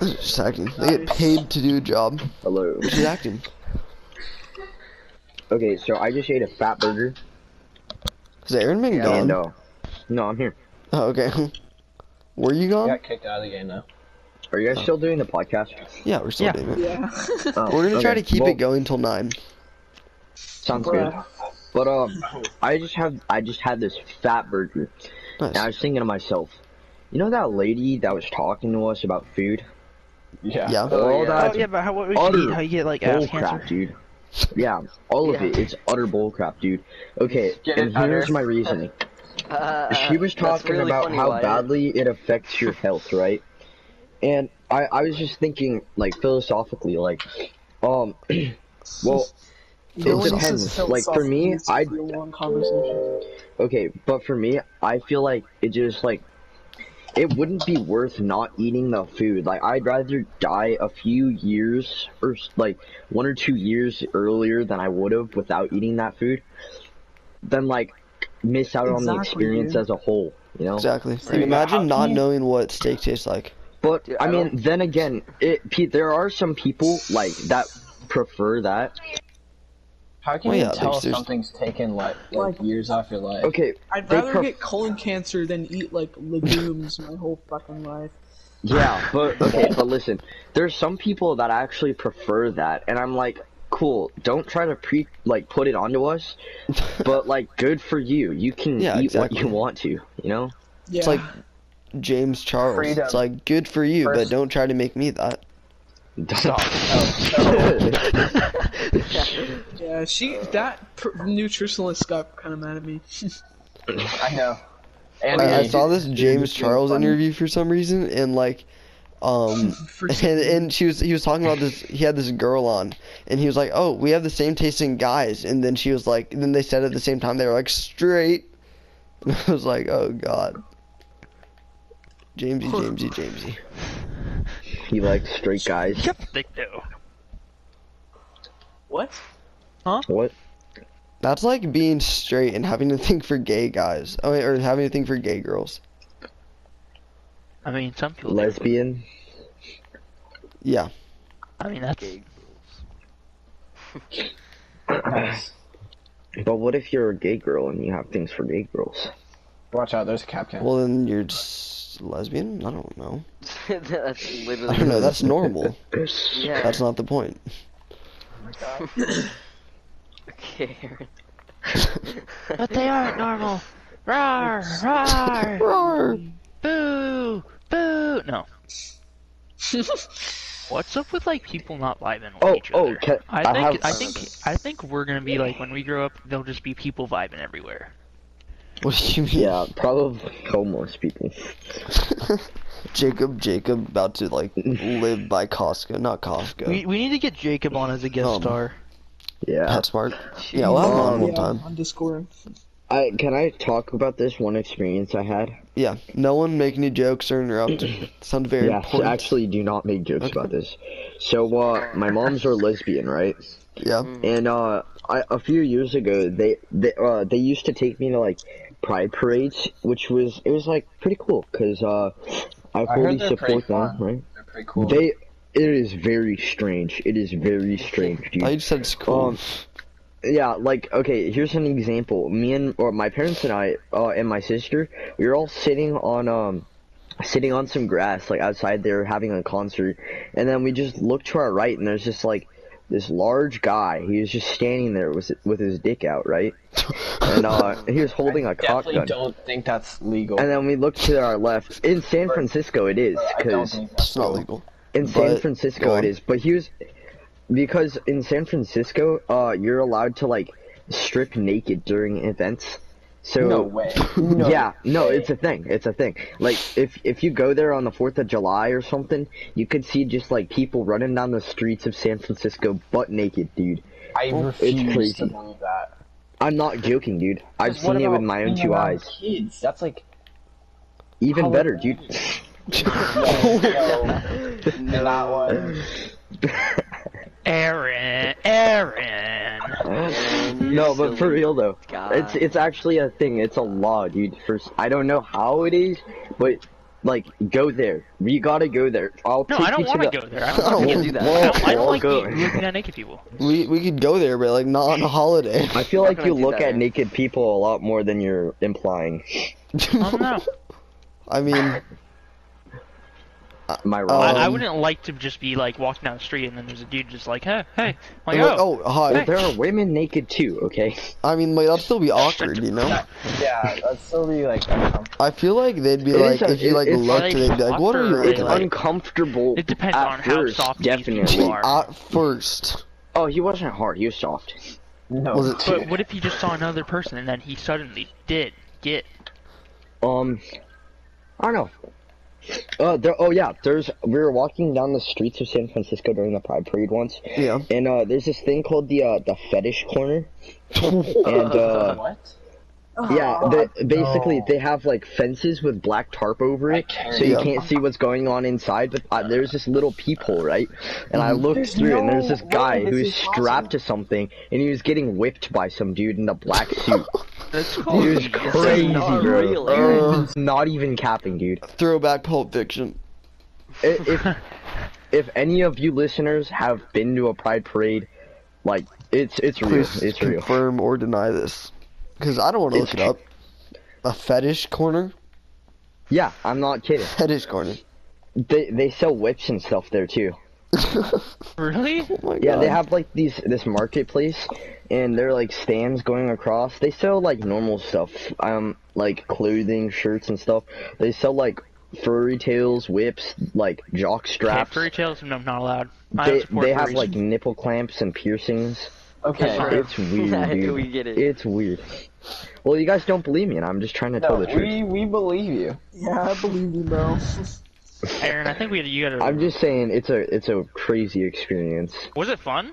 It's just acting. They get paid to do a job, Hello. which is acting. Okay, so I just ate a fat burger. Is Aaron been gone? And, uh, no, I'm here. Oh, okay. Were you gone? Yeah, Got kicked out of the game though. Are you guys Oh. still doing the podcast? we're still Yeah. doing it. Yeah. Oh, We're gonna try okay. to keep Well, it going till nine. Sounds good. Bruh. But um, I just have I just had this fat burger, and I Nice. was thinking to myself, you know that lady that was talking to us about food? Yeah. Yeah. all yeah. that oh yeah, but how what would utter you eat? How you get like ass bull cancer? crap, dude. Yeah, all of Yeah. it. It's utter bull crap, dude. Okay, Get and it, here's utter. my reasoning. Uh, she was that's talking really about funny, how Wyatt. badly it affects your health, right? And I, I was just thinking, like philosophically, like, um, well, Dylan depends. says felt Like, for me, soft I- needs for a long conversation. okay, but for me, I feel like it just like it wouldn't be worth not eating the food. Like, I'd rather die a few years or s- like one or two years earlier than I would have without eating that food, than like miss out on the Exactly, experience dude. as a whole. You know. Exactly. you go. Imagine How not can you- knowing what steak tastes like. But Dude, I, I mean, don't- then again, it Pete, there are some people like that prefer that. How can Well, you yeah, tell like, if there's- something's taken like, like years off your life? Okay, I'd They rather pref- get colon cancer than eat like legumes my whole fucking life. yeah, but okay, but listen, there's some people that actually prefer that, and I'm like, cool. Don't try to pre like put it onto us, but like, good for you. You can Yeah, eat exactly. what you want to, you know. Yeah. It's like James Charles. Freedom. It's like good for you, but First- don't try to make me that. Stop. yeah, she that pr- nutritionalist got kind of mad at me. I know. And I, I you- saw this you're James just being Charles funny. interview for some reason, and like, um, For and, and she was he was talking about this. He had this girl on, and he was like, "Oh, we have the same taste in guys." And then she was like, then they said at the same time they were like straight. And I was like, "Oh God." Jamesy, Jamesy, Jamesy. you like straight guys? Thick dough. what? What? That's like being straight and having to think for gay guys. Oh, wait, or having to think for gay girls. I mean, some people. do. Lesbian? Yeah. I mean, that's Gay. But what if you're a gay girl and you have things for gay girls? Watch out, there's a cap can. Well, then you're just lesbian? I don't know. that's literally. I don't know. That's normal. yeah. That's not the point. okay. Aaron. But they aren't normal. Roar, roar, Roar. boo, boo. No. What's up with like people not vibing with Oh, each oh, other? can- I I think have- I think I think we're gonna be like when we grow up, there'll just be people vibing everywhere. What do you mean? Yeah, probably homeless people. Jacob, Jacob, about to like live by Costco, not Costco. We we need to get Jacob on as a guest Um, star. Yeah. That's smart. Yeah, we'll have him on one yeah, time. on Discord. I can I talk about this one experience I had? Yeah. No one make any jokes or interrupt. Sounds very Yeah, important. actually do not make jokes about this. So uh my moms are lesbian, right? Yeah. And uh I, a few years ago they they uh they used to take me to like pride parades, which was it was like pretty cool because uh, I I heard fully they're pretty support fun. them. Right? They're pretty cool. They it is very strange. It is very strange, dude. I just said it's cool. Um, Yeah, like okay, here's an example. Me and or my parents and I uh, and my sister, we were all sitting on um sitting on some grass like outside they were having a concert and then we just looked to our right and there's just like this large guy. He was just standing there with with his dick out, right? And uh he was holding a cock definitely gun. don't think that's legal. And then we looked to our left. In San Francisco it is I don't cuz think that's it's not legal. in San But- go Francisco on. it is, but he was because in San Francisco, uh, you're allowed to like strip naked during events. So No way. No yeah, no, it's a thing. It's a thing. Like if if you go there on the Fourth of July or something, you could see just like people running down the streets of San Francisco butt naked, dude. I refuse crazy. to believe that. I'm not joking, dude. I've Because what seen it with about my own being two around eyes. Kids, that's like Even How better, about dude. no, that one. Aaron, Aaron. Man, no, you're but for silly. real though, God. it's it's actually a thing. It's a law, dude. First, I don't know how it is, but like, go there. You gotta go there. I'll No, take I don't you want to the- go there. I I don't, don't can't do that. I want- don't, I don't I'll like go. the- looking at naked people. We we could go there, but like not on a holiday. I feel Not like gonna you do look that, at man. naked people a lot more than you're implying. I don't know. I mean, Am I I, wrong? I Um, wouldn't like to just be like walking down the street and then there's a dude just like, hey, hey, I'm like, like, oh, oh, hi. Hey. there are women naked too. Okay. I mean, like that'd still be awkward, you know. Yeah, that'd still be like uncomfortable. I feel like they'd be It like, is a- if you it- like it's looked, like they'd be like, what are you? awkward, It's looking like- at? uncomfortable. It depends at on how first, soft these definitely. people are. At first, Oh, he wasn't hard. He was soft. No. was it two? But what if he just saw another person and then he suddenly did get? Um, I don't know. Uh, there, oh yeah, there's we were walking down the streets of San Francisco during the Pride Parade once, Yeah. and uh, there's this thing called the uh, the fetish corner, and uh, what? yeah, Oh, Ah. the, basically no. they have like fences with black tarp over it, can't. so you Yeah. can't see what's going on inside. But uh, there's this little peephole, right? And I looked Mm. There's through, it, and there's no this guy way who this was is strapped to something, and he was getting whipped by some dude in a black suit. That's he was crazy. crazy, not bro. Oh, real, Aaron. Not even capping, dude. Throwback Pulp Fiction. if if- if any of you listeners have been to a pride parade, like it's it's real, Please it's real. confirm or deny this, because I don't want to It's look it up. A fetish corner. Yeah, I'm not kidding. Fetish corner. They they sell whips and stuff there too. Really? Oh my Yeah, God. they Um, have like these this marketplace, and they're like stands going across. They sell like normal stuff, um, like clothing, shirts and stuff. They sell like furry tails, whips, like jock Okay, straps. furry tails? No, I'm not allowed. I don't they support they have furries. like nipple clamps and piercings. Okay. Right. It's weird, dude. we get it. It's weird. Well, you guys don't believe me, and I'm just trying to No, tell the truth. we we believe you. Yeah, I believe you, bro. Aaron, I think we you gotta. I'm just saying it's a it's a crazy experience. Was it fun?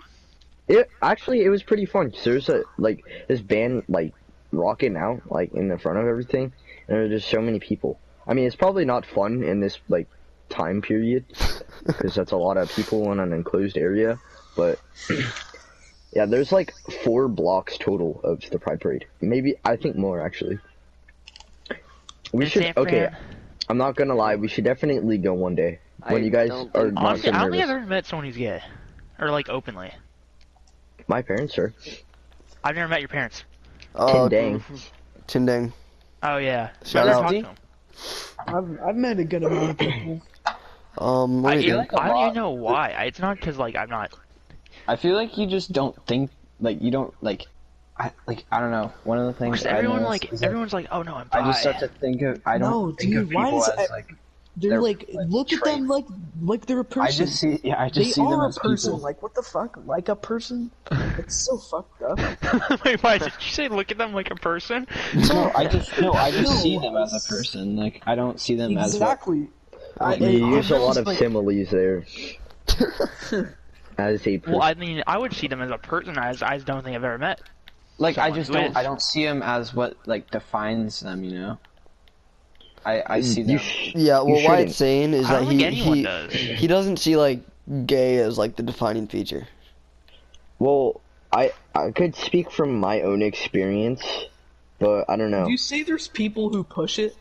It actually it was pretty fun. 'cause There's a like this band like rocking out like in the front of everything, and there were just so many people. I mean, it's probably not fun in this like time period because that's a lot of people in an enclosed area, but. Yeah, there's like four blocks total of the Pride Parade. Maybe I think more actually. We Is should it okay. fair? I'm not gonna lie, we should definitely go one day. When I you guys don't are think- not so Honestly, I don't think I've nervous. ever met someone who's gay, or like openly. My parents are. I've never met your parents. Uh, Oh, dang. Tim Dang. Oh yeah. Shout I out. talked to them. I've, I've met a good amount of people. Um, what I, do you feel think? like I don't even know why. I- It's not because like I'm not. I feel like you just don't think like you don't like. I like I don't know. One of the things Because I everyone noticed like is that everyone's like, oh no, I'm bi. I just start to think of I don't No, think of dude, why people does as I- like They're, They're, like, like, look at them like like they're a I person. just see yeah I just they see them are a as person. people. Like what the fuck? Like a person? It's so fucked up. Wait, why did you say look at them like a person? No, I just no, I just No. see them as a person. Like I don't see them as what exactly. I, You I- use a I'm lot just of like- similes there. As a person. Well, I mean, I would see them as a person. I, just- I just don't think I've ever met. like I someone just who don't is. I don't see them as what like defines them. You know, I I see Mm, you them. sh- Yeah, well, what shouldn't. it's saying is I don't that think he anyone he, does. he doesn't see like gay as like the defining feature. well, I I could speak from my own experience. But I don't know. Do you say there's people who push it?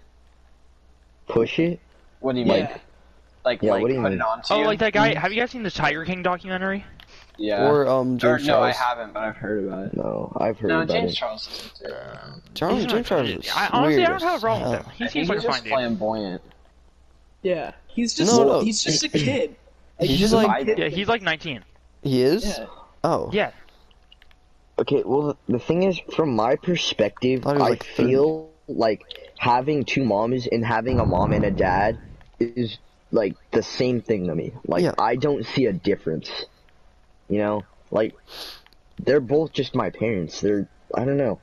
Push it? What do you mean? Yeah. Like, Yeah, like what do you put mean? it onto Oh, you? like that guy. Have you guys seen the Tiger King documentary? yeah. Or um Or, James no, I Charles. haven't, but I've heard about it. No, I've heard No, about James it. Charles is into it. Uh, Charles He's not- Oh, James Charles is I honestly I weird don't have as a problem with hell. him. He I seems think like a he's fine just dude. flamboyant. Yeah, he's just No, no. he's just a kid. He's He's just a like- kid. Yeah, he's like 19. He is. Yeah. Oh. Yeah, Okay, well, the thing is, from my perspective, Thought I he was, like, feel like having two moms and having a mom and a dad is like the same thing to me. Like, Yeah. I don't see a difference. You know, like they're both just my parents. They're I don't know.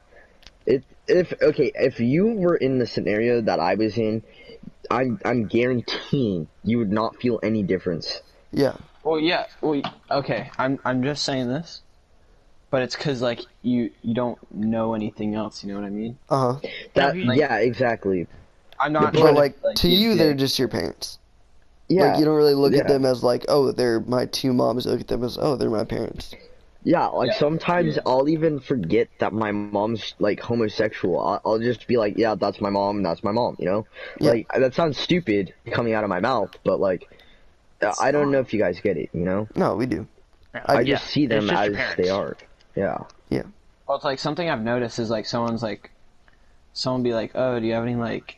If if okay, if you were in the scenario that I was in, I'm I'm guaranteeing you would not feel any difference. Yeah. Well, yeah. Well, y- okay. I'm I'm just saying this, but it's because like you you don't know anything else. You know what I mean? Uh huh. That he- yeah, exactly. I'm not. But trying like to he's you, gay. they're just your parents. Yeah, Like you don't really look at Yeah. them as like, oh, they're my two moms. You look at them as, oh, they're my parents. Yeah, like Yeah, sometimes yeah. I'll even forget that my mom's like homosexual. I'll, I'll just be like, yeah, that's my mom, and that's my mom, you know? Yeah. Like, that sounds stupid coming out of my mouth, but like, I- I don't know if you guys get it, you know? No, we do. Yeah, I I yeah, just see it's them just as your they parents. are. Yeah. Well, it's like something I've noticed is like someone's like, someone be like, oh, do you have any like,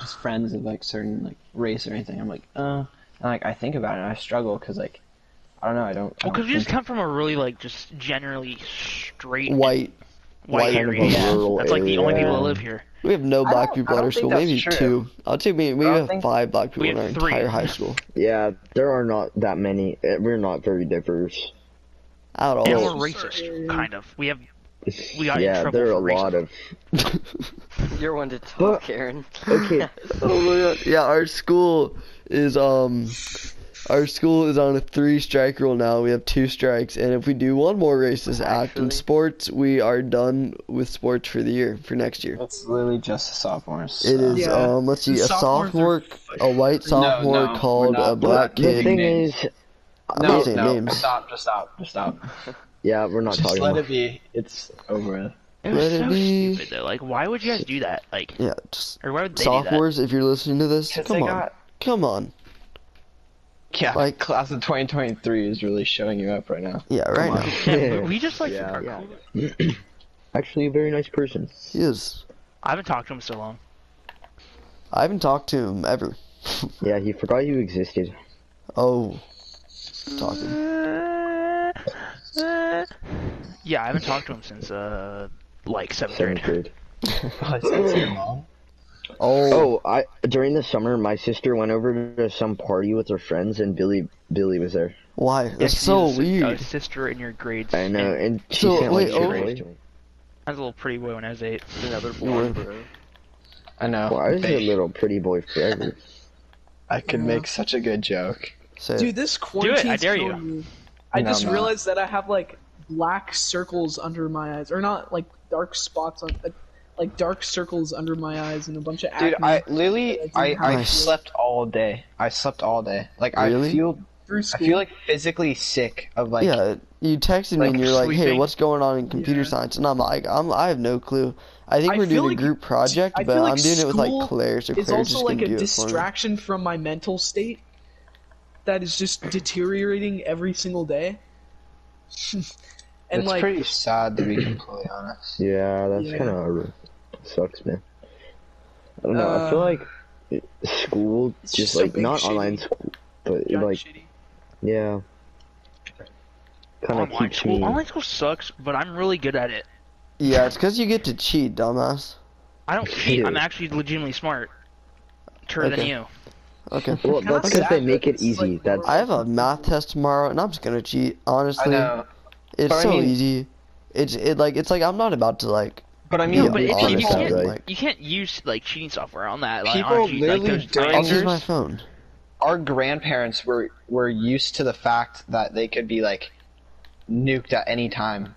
just friends of like certain like race or anything? I'm like, uh, and, like I think about it and I struggle because like, I don't know, I don't. I Well, don't because you just think- come from a really like just generally straight White. white white area. kind of Yeah. rural That's like the only people that area. live here. We have no I black don't- people I at don't our think school. that's Maybe true. two. I'll say maybe we don't have think- five black people We in have our three. entire high school Yeah, there are not that many. eh, We're not very diverse. at all. And Yeah, we're Oh. racist, kind of. We have we got in yeah, trouble there are for a lot racism. of. You're one to talk, Aaron. Okay, oh my god! Yeah, our school is um, our school is on a three strike rule now. We have two strikes, and if we do one more racist act in Actually- sports, we are done with sports for the year for next year. It's literally just a sophomore. So. It is Yeah. um, let's see, a sophomore, Sophomores a white sophomore no, we're called not. a black We're not the kid. doing thing names. is, I'm No, not saying no, names. stop, just stop, just stop. yeah, we're not Just talking. let About, it be. It's over. It was Let it so be. stupid though. Like, why would you guys do that? Like, Yeah, just or why would they do sophomores. If you're listening to this, Because come they on, got come on. yeah. Like- Like class of 2023 is really showing you up right now. Yeah, right now. that? Yeah, we- we just like are cool. actually, a very nice person. He is. I haven't talked to him so long. I haven't talked to him ever. Yeah, he forgot you existed. Oh, talking. Yeah, I haven't talked to him since uh like seventh Seventh grade. grade. Oh, Oh, Oh, I during the summer, my sister went over to some party with her friends, and Billy Billy was there. why? Yeah, That's 'cause so he was a- weird. A sister in your grades. I know, and and she So, sent like wait, two oh. rays to me. I was a little pretty boy when I was eight. Another blonde, bro. I know. Well, I was a Babe, little pretty boy forever. I could make such a good joke. Say it. Dude, this quarantine. dare you. I No, just I'm not. realized that I have like black circles under my eyes, or not like dark spots on, uh, like dark circles under my eyes, and a bunch of acne Dude, I literally, I, I Nice. slept all day. I slept all day. Like Really? I feel, through I school. feel like physically sick of like. yeah, you texted me like, and you're like, "Hey, sleeping. what's going on in computer Yeah. science?" And I'm like, "I'm I have no clue. I think I we're feel doing like- a group project, I feel but like I'm doing it with like school Claire, so It's Claire also just like can a do it for me." distraction from my mental state that is just deteriorating every single day. and it's like, pretty sad to be completely honest. Yeah, that's Yeah. kind of sucks, man. I don't know. I feel Uh, like it- school, it's just, just a like big not shitty- online school, but giant like shitty. yeah, kind of Online keeps school. me. Online school sucks, but I'm really good at it. Yeah, it's because you get to cheat, dumbass. I don't cheat. I'm Yeah. actually legitimately smart. Sure than Okay. you. Okay. Well, Kinda that's because they sad make that it this is, easy. like, That's I have a math test tomorrow, and I'm just gonna cheat. I Honestly, know, it's But I so mean- easy. It's it like it's like I'm not about to like but I be mean, No, but it's- honest you about it, can't- like You can't use like cheating software on that. Like, People on cheat, like, literally those during- I'll use timers. Answers? my phone. our grandparents were were used to the fact that they could be like nuked at any time.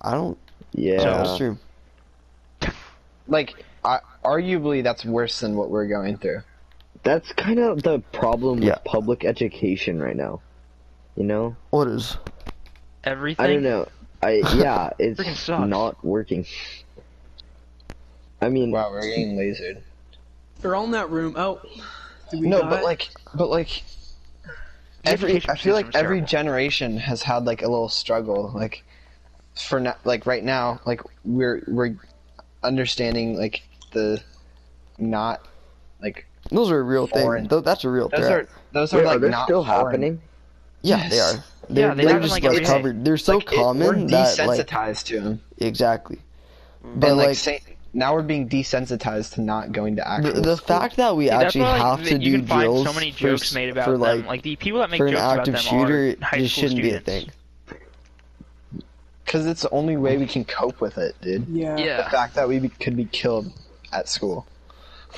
I don't. yeah. Yeah, that's true. Like, I, arguably, that's worse than what we're going through. that's kind of the problem Yeah. with public education right now. You know, What is? Everything. I don't know. I yeah, it's Freaking sucks. not working. I mean, Wow, we're getting lasered. They're all in that room. Oh, did we No, die? but like, but like, The every education I feel system's like every terrible. generation has had like a little struggle. Like, for now, like right now, like we're we're understanding like the not like Those are a real Foreign. thing. Tho- that's a real those threat. are those wait, are are like they not still foreign. happening? yeah, they Yes. are. They're, Yeah, they they're happen, just like, less every day. covered. They're so Like, it- common we're that like desensitized to them. exactly. But Mm. and like, like say, now we're being desensitized to not going to the, actual the school. fact that we Dude, actually that's why, like, have th- to you do can find drills so many for jokes s- made about for, them. like, Like the people that make for an jokes about active them shooter are it high just school shouldn't students. be a thing. because it's the only way we can cope with it, dude. yeah. The fact that we be, could be killed at school.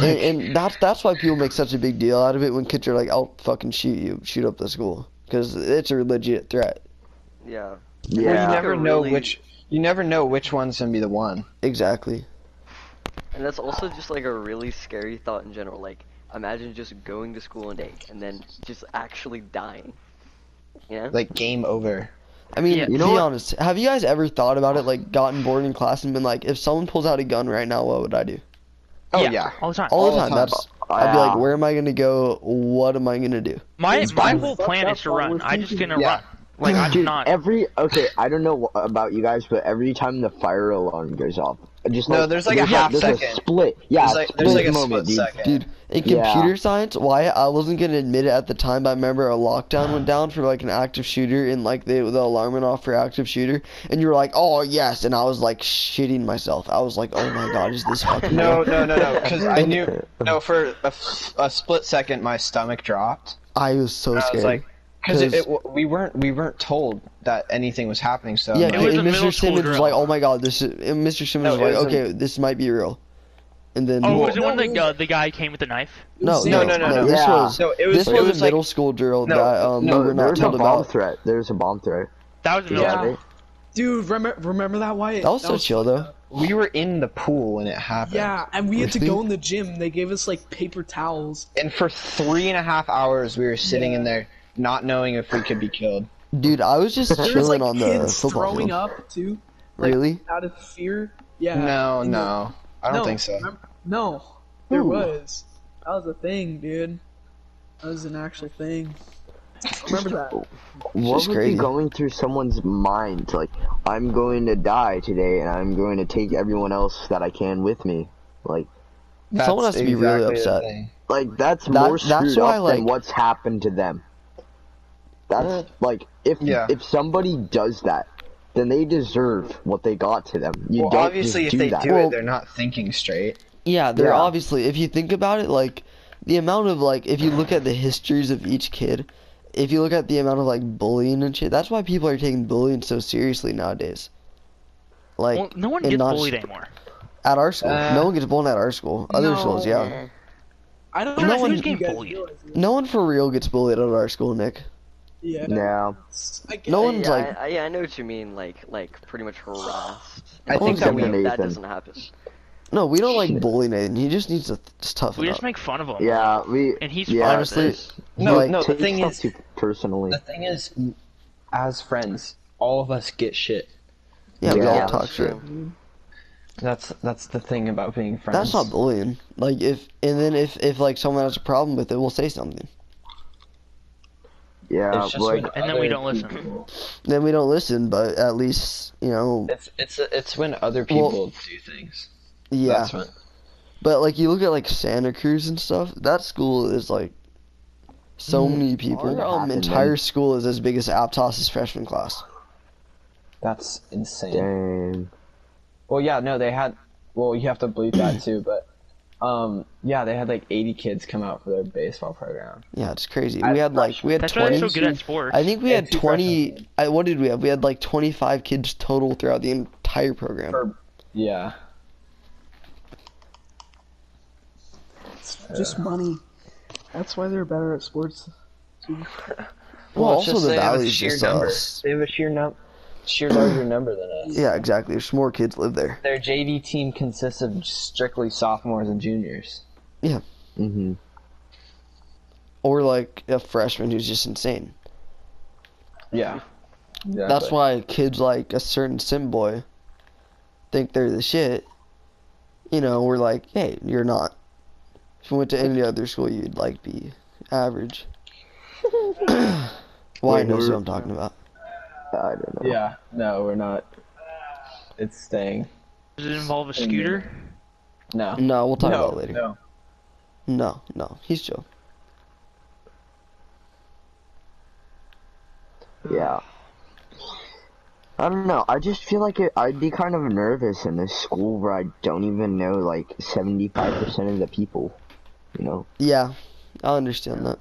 And, and that's that's why people make such a big deal out of it when kids are like, "I'll fucking shoot you, shoot up the school," because it's a legit threat. Yeah. Well, Yeah. you never Like a know really- which you never know which one's gonna be the one. Exactly. And that's also just like a really scary thought in general. Like, imagine just going to school one day and then just actually dying. You know? Like game over. I mean, Yeah. be You know what? honest. Have you guys ever thought about it? Like, gotten bored in class and been like, "If someone pulls out a gun right now, what would I do?" Oh yeah, yeah. all the time. All, the All the time. time. That's. I'd be like, Yeah. "Where am I gonna go? What am I gonna do?" my It's my fine. whole Fuck plan that is to thought run. was I'm just thinking. gonna Yeah. run. Like I'm Dude, not. every okay, I don't know wh- about you guys, but every time the fire alarm goes off, just No, like, there's, like, a half there's second. split. Yeah, There's like there's like a moment, split dude. second. Dude, in Yeah. computer science, why I wasn't gonna admit it at the time, but I remember a lockdown went down for like an active shooter, and like the the alarm went off for active shooter, and you were like, "Oh yes," and I was like shitting myself. I was like, "Oh my god, is this fucking?" No, real?" no, no, no. Because I knew. No, for a, f- a split second, my stomach dropped. I was so I scared. was like, because it, 'Cause- it, w- we weren't we weren't told that anything was happening. So I'm yeah, like, was and a middle Mr. school Simmons was drill. like, "Oh my god, this," is, and Mr. Simmons was No, it like, was a- "Okay, this might be real," and then oh, no, was it one of the uh, the guy came with the knife? no, No, no, no, no. this Yeah. was No, it was- this it was, was a like- middle school drill No, that um no, we were not Oh, There's a told bomb about. threat. There's a bomb threat. That was a middle Yeah. school. Dude, remember remember that Wyatt? That was That so chill though. we were in the pool when it happened. Yeah, and we had to Really? go in the gym. They gave us like paper towels. And for three and a half hours, we were sitting in there, not knowing if we could be killed. Dude, I was just There was chilling like on the kids football throwing field. up too, like- Really? out of fear. Yeah. No, in the- no, I don't think so. remem- no, there Ooh. was. That was a thing, dude. That was an actual thing. Remember that? What just would crazy. be going through someone's mind? Like, I'm going to die today, and I'm going to take everyone else that I can with me. Like, Someone has to be really the upset. thing. like that's That- more that's screwed why, up like- than what's happened to them. That's like if Yeah. if somebody does that, then they deserve what they got to them. You Well, don't obviously, just if do they that. do Well- it, they're not thinking straight. Yeah, they're Yeah. obviously. If you think about it, like the amount of like, if you look at the histories of each kid, if you look at the amount of like bullying and shit, that's why people are taking bullying so seriously nowadays. Like Well, no one and gets not- bullied anymore. at our school, Uh, no one gets bullied at our school. Other no. schools, yeah, I don't No know one if was you getting guys bullied. realize it. no one for real gets bullied at our school, Nick. Yeah. No. I get No it. one- one's yeah, like- I, I- yeah, I know what you mean. Like, like pretty much harassed. I think that we- Nathan. that doesn't happen. No, we don't like bullying Nathan. He just needs to th- just toughen We up. just make fun of them. Yeah, we And he's yeah, fine with Honestly, this. No, like, no. The take thing stuff is, too personally. the thing is, as friends, all of us get shit. yeah, we Yeah, all that's talk shit. true. That's that's the thing about being friends. That's not bullying. Like if and then if if like someone has a problem with it, we'll say something. Yeah, It's just like when And then we uh, other don't listen. people- Then we don't listen, but at least you know, It's it's it's when other Well- people do things. yeah. That's when. But like you look at like Santa Cruz and stuff, that school is like Mm, so many people. What Our um, happened, entire man? school is as big as Aptos's freshman class. That's insane. dang. Well, yeah, no, they had. Well, you have to believe that too, but um, yeah, they had like 80 kids come out for their baseball program. Yeah, it's crazy. That's we had like we had That's why twenty. they're so good at sports. I think we had And two twenty. freshmen. I, what did we have? We had like twenty-five kids total throughout the entire program. For- yeah, It's just money. That's why they're better at sports. Well, it's also just the they have a valley's sheer just number. us. They have a sheer num, sheer larger number than us. Yeah, exactly. There's more kids live there. Their JV team consists of strictly sophomores and juniors. hmm or like a freshman who's just insane. Yeah, yeah. That's why kids like a certain sim boy think they're the shit. you know, were like, hey, you're not. If you went to any other school, you'd like be average. well, I Wait, know we're- what I'm talking about. I don't know. Yeah, no, we're not. It's staying. Does it involve a scooter? No. No, we'll talk no, about it later. No. No, no, he's chill. Yeah. I don't know. I just feel like it, I'd be kind of nervous in this school where I don't even know like 75% of the people. You know? Yeah, I understand that.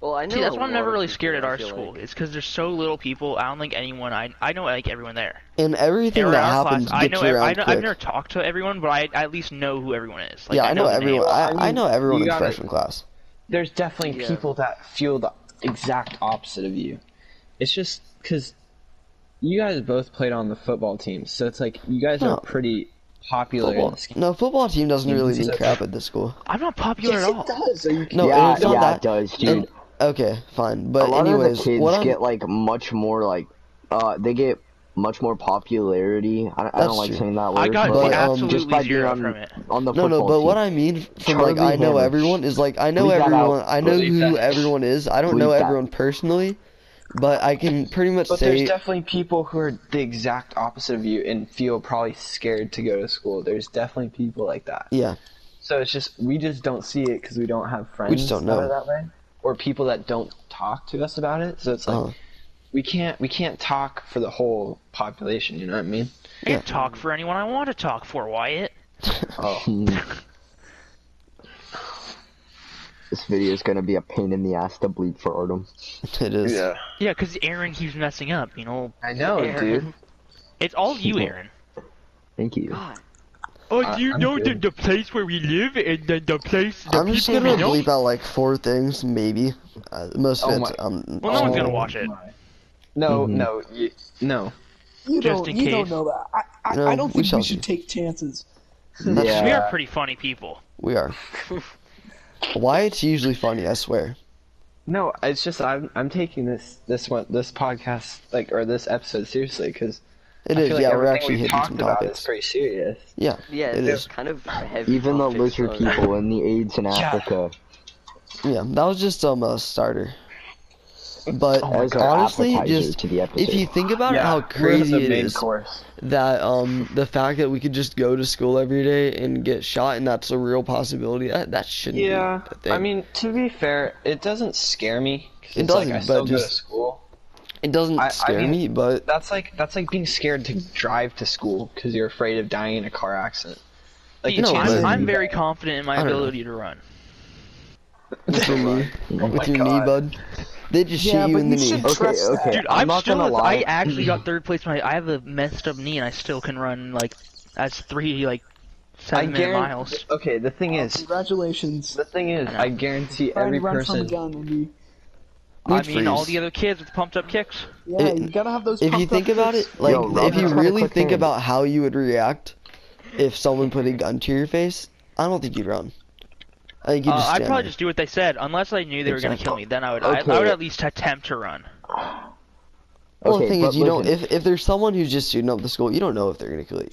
Well, I know. See, that's a why I'm lot never of really people, scared at I our feel school. like. It's because there's so little people. I don't think anyone. I I know like everyone there. And everything Or that our happens class, I gets know. you ev- around I know quick. I've never talked to everyone, but I, I at least know who everyone is. Like, yeah, I know, the everyone. names. I, I mean, know everyone you in gotta- freshman class. There's definitely Yeah. people that feel the exact opposite of you. It's just because you guys both played on the football team, so it's like you guys No. are pretty popular in Football. this game. No, football team doesn't really It's mean a- crap at this school. I'm not popular at all. does. Are you No, yeah, it's not yeah, that. it does, dude. And- okay, fine. But a lot anyways, of the what kids I'm, get like much more like, uh, they get much more popularity. I, I That's don't like true. saying that word. I got but, the like, absolutely just by zero being from on, it. on the No, no, football but what team. I mean from like Charlie I know Hammer. everyone is like I know Leave that everyone out. I know Leave who that. everyone is. I don't know Leave that. everyone personally, but I can pretty much But say there's definitely people who are the exact opposite of you and feel probably scared to go to school. There's definitely people like that. yeah. So it's just we just don't see it because we don't have friends. just don't that know. are that way, or people that don't talk to us about it. So it's like Uh, we can't we can't talk for the whole population. You know what I mean? I can talk for anyone I want to talk for, Wyatt. This video is gonna be a pain in the ass to bleep for Artem. it is. Yeah, because Aaron keeps messing up. You know, I know, dude. it's all you, Aaron. Thank you. God, Oh, I- you I'm know the- good. place where we live and the, the place I'm just gonna bleep out like four things, maybe. Uh, most of Oh it. my- Um, Well, no one's gonna oh, watch it. No, Mm-hmm. no, you, no. You Just don't. in You don't case. know that. I, I, No, I don't we think we, shall should take chances. that's- We are pretty funny people. We are. Why it's usually funny, I swear. No, it's just I'm I'm taking this this one this podcast like or this episode seriously because It I is. feel like yeah, we're everything actually we've hitting talked some about topics. is pretty serious. Yeah, yeah, it it's is. kind of a heavy. Even the topic, lizard so- people and the AIDS in Africa. Yeah, that was just um a starter. But That was our Oh honestly, appetizer just to the if you episode. think about how crazy it is that um the fact that we could just go to school every day and get shot and that's a real possibility that that shouldn't Yeah, be a thing. I mean to be fair, it doesn't scare me. 'cause It it's like doesn't, I still but go just- to school. it doesn't I- I scare mean- me, but That's like that's like being scared to drive to school because you're afraid of dying in a car accident. Like You know, No, I'm, but- I'm very confident in my I don't know. ability to run. for me, with your knee, bud, they just Yeah, shoot you but in the you knee. should- Okay, Trust that. okay. Dude, I'm, I'm, not still. gonna lie. I actually got third place. My I have a messed up knee, and I still can run like as three like I seven minute guarantee. miles. Okay, the thing is, Congratulations. the thing is, I guarantee Trying every to run from a person. gun, Andy. I Need mean, all freeze. the other kids with pumped up kicks. Yeah, It- you gotta have those. if you pumped up think about it, kicks. like Yo, Rob, if you I'm trying to really click think in. about how you would react if someone put a gun to your face, I don't think you'd run. I think you Uh, just I'd stand probably there. just do what they said, unless I knew they were gonna kill me. Then I would. I, I Okay. would at least attempt to run. Well, the Okay, thing but is, you don't. listen. If if there's someone who's just shooting up the school, you don't know if they're gonna kill you.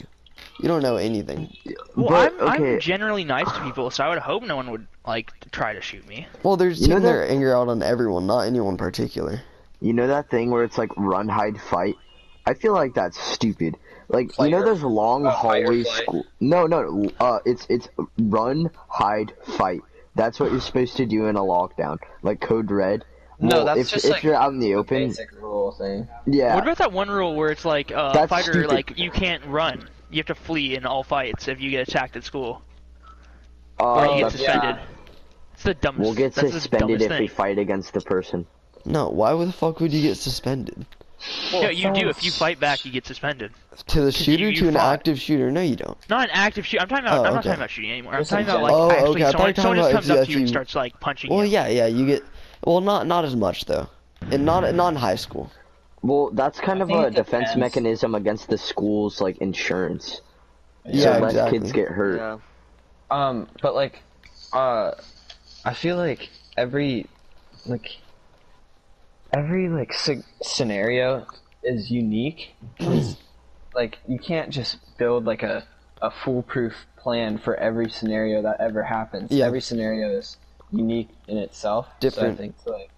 You don't know anything. Well, But, I'm, okay. I'm generally nice to people, so I would hope no one would like try to shoot me. Well, they're just know taking that- their anger out on everyone, not anyone particular. You know that thing where it's like run, hide, fight? I feel like that's stupid. Like Flight you know or- those long uh, fight or hallway flight? school. No, no. Uh, it's it's run, hide, fight. That's what you're supposed to do in a lockdown, like Code Red. No, Well, that's if, just if like you're out in the open. Basic rule thing. Yeah. What about that one rule where it's like uh, That's fighter, stupid. like you can't run, you have to flee in all fights if you get attacked at school or Uh, you get that's- suspended. It's the dumbest. We'll get that's the suspended dumbest if thing. we fight against the person. No, why would the fuck would you get suspended? No, you do. If you fight back, you get suspended. To the you- shooter, you to an fought. active shooter? No, you don't. Not an active shoot. I'm talking about. Oh, I'm not okay. talking about shooting anymore. I'm Just talking in about like general. Oh, actually okay, I thought someone, you were someone talking just about comes up if to you you- and starts like punching Well, you. yeah, yeah, you get. Well, not not as much though, and not not in high school. Well, that's kind of think a it defense depends. mechanism against the school's like insurance, Yeah, so less exactly. kids get hurt. Yeah. Um, but like, uh, I feel like every, like, every like sc- scenario is unique. like, you can't just build like a a foolproof plan for every scenario that ever happens. Yeah. Every scenario is unique in itself. So I Different. think to like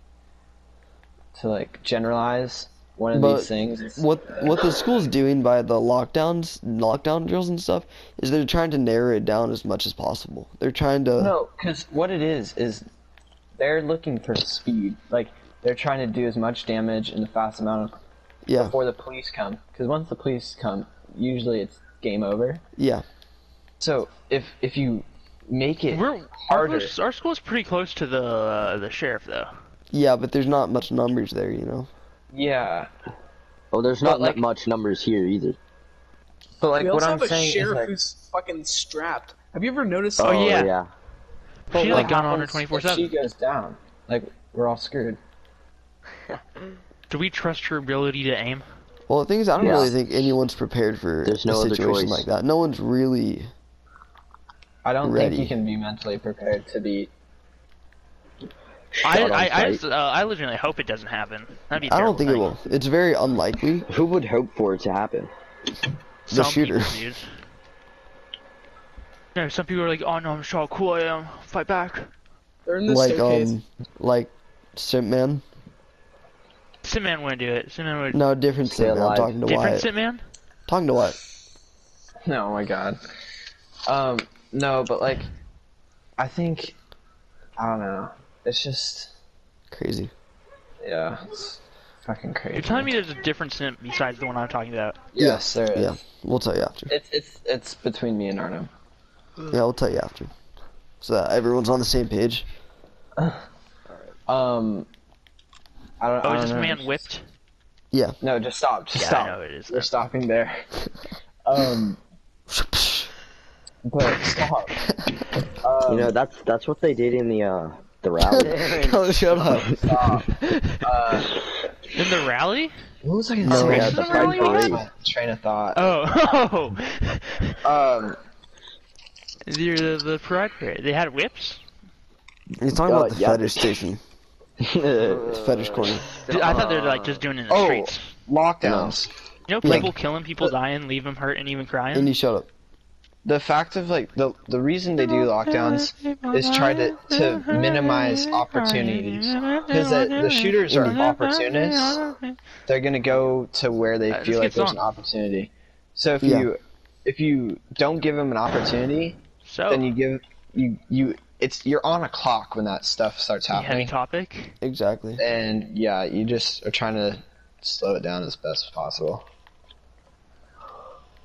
to like generalize one of But these things. is- What what the school's doing by the lockdowns, lockdown drills and stuff, is they're trying to narrow it down as much as possible. They're trying to. No, because what it is is they're looking for speed. Like they're trying to do as much damage in the fast amount of yeah. before the police come. Because once the police come, usually it's game over. Yeah. So if if you make it We're, our, harder, our school's pretty close to the uh, the sheriff though. Yeah, but there's not much numbers there, you know. yeah. Oh, there's not But, like- that much numbers here either. But we like what also I'm have a saying is sheriff like, who's fucking strapped. Have you ever noticed? Oh, yeah. but She what like gone on her happens twenty four if She seven. goes down. Like we're all screwed. Do we trust her ability to aim? Well, the thing is, I don't Yeah. really think anyone's prepared for There's no a other situation choice. like that. No one's really. I don't Ready. think you can be mentally prepared to be. I Shot on I I, sight. just, uh, I legitimately hope it doesn't happen. That'd be. a I terrible don't think it thing. will. It's very unlikely. Who would hope for it to happen? Some The shooter. people, dude. No, some people are like, oh no, I'm sure how cool I am. Fight back. They're in the Like staircase. um, like, Simp Man. Simman wouldn't do it. Simman would. No, different Stay Simp Man. I'm alive. talking to Different Wyatt. Simman. Talking to Wyatt. No, oh my God. Um, no, but like, I think, I don't know. It's just, Crazy. yeah, it's fucking crazy. You're telling me there's a different Simp besides the one I'm talking about. Yes, there is. Yeah, we'll tell you after. It's it's it's between me and Arno. Yeah, we'll tell you after. So that everyone's on the same page. Um, I don't. Oh, I is this don't know. man whipped? Yeah. No, just stop. Just Yeah, I stop. know it is. We're stopping there. um, but stop. Um, You know, that's that's what they did in the uh the rally. No, shut up. In the rally? Uh, what was I gonna No, say? yeah, I that's forgot really what my happened. Train of thought. Oh, Um, you're the, the pride parade. They had whips. He's talking Uh, about the yeah. fetish station. yeah, The fetish corner. Dude, I thought they were like just doing it in the Oh. streets. lockdowns. You know, Like- people killing, people dying, leave them hurt, and even crying. Indy, shut up. The fact of like the the reason they do lockdowns is try to to minimize opportunities because the, the shooters are opportunists. they're gonna go to where they Uh, let's feel like get there's Song. an opportunity. So if Yeah. you if you don't give them an opportunity, So, then you give you you it's you're on a clock when that stuff starts you had a happening, topic. Exactly. and yeah, you just are trying to slow it down as best possible.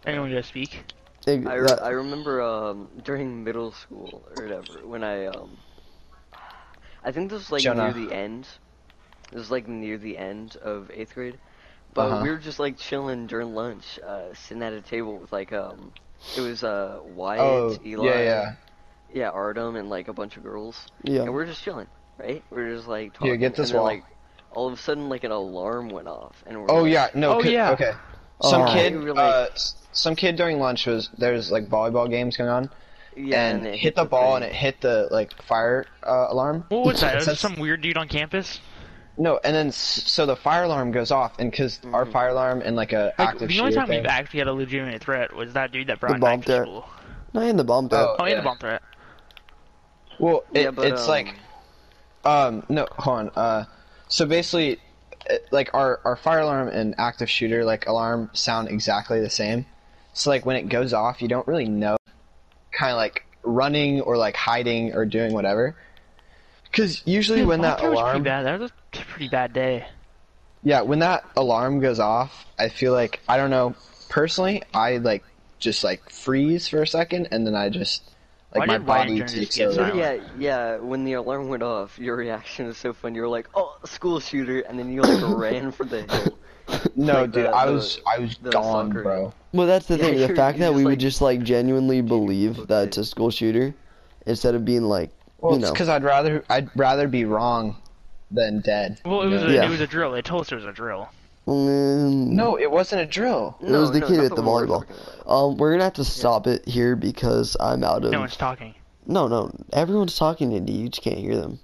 Anyone gonna speak? Ex- I, re- that- I remember um, during middle school or whatever when I um I think this was like Jonah. near the end. This was like near the end of eighth grade, but Uh-huh. we were just like chilling during lunch, uh, sitting at a table with like um it was uh Wyatt, Oh Eli, yeah, yeah. yeah, Artem, and like a bunch of girls, and yeah. we're just chilling, right? We're just like talking. Here, get this and then, wall. Like, all of a sudden, like an alarm went off, and we're Oh like, yeah, no. Oh, c- yeah. Okay. Some Oh. kid, You were uh, like- s- some kid during lunch was there's like volleyball games going on, yeah, and it hit, the ball and thing. it hit the like fire uh, alarm. What was that? It Was says- it some weird dude on campus? No, and then s- so the fire alarm goes off, and because our fire alarm and like a Mm-hmm. Like, active the only shooter time thing- we've actually had a legitimate threat was that dude that brought bomb nine threat. people. Not in the bomb threat. Oh, Oh, yeah, yeah. the bomb threat. well, it, Yeah, but, it's um, like um no hold on uh so basically it, like our our fire alarm and active shooter like alarm sound exactly the same, so like when it goes off, you don't really know, kind of like running or like hiding or doing whatever, because usually Dude, when bomb that threat was pretty alarm bad. That was a pretty bad day. Yeah, when that alarm goes off, I feel like I don't know. Personally, I like just like freeze for a second, and then I just like Why my did Ryan body Jones takes get over. signed? Yeah, yeah. When the alarm went off, your reaction was so funny. You were like, "Oh, school shooter," and then you like ran for the hill. No, Like dude, the- I was the- I was the gone, soccer- bro. Well, that's the Yeah, thing. The you're- fact you're that just we like- would just like genuinely believe that it's a school shooter, instead of being like, Well, you know, because I'd rather I'd rather be wrong than dead. Well, it you was know? a, Yeah. it was a drill. They told us it was a drill. mm, no, it wasn't a drill. It was the no, kid not with the one we're volleyball. talking about. Um, we're gonna have to stop it here because I'm out of. Mm. No one's talking. no, no, everyone's talking to you. You just can't hear them.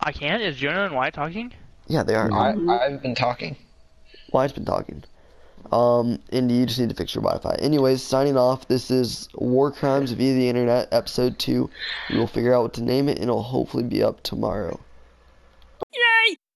I can't. Is Jonah and Wyatt talking? Mm-hmm. Yeah, they are. I I've been talking. Wyatt's been talking. Um, and you just need to fix your Wi-Fi. Anyways, signing off. This is War Crimes via the Internet, episode two. We will figure out what to name it, and it'll hopefully be up tomorrow.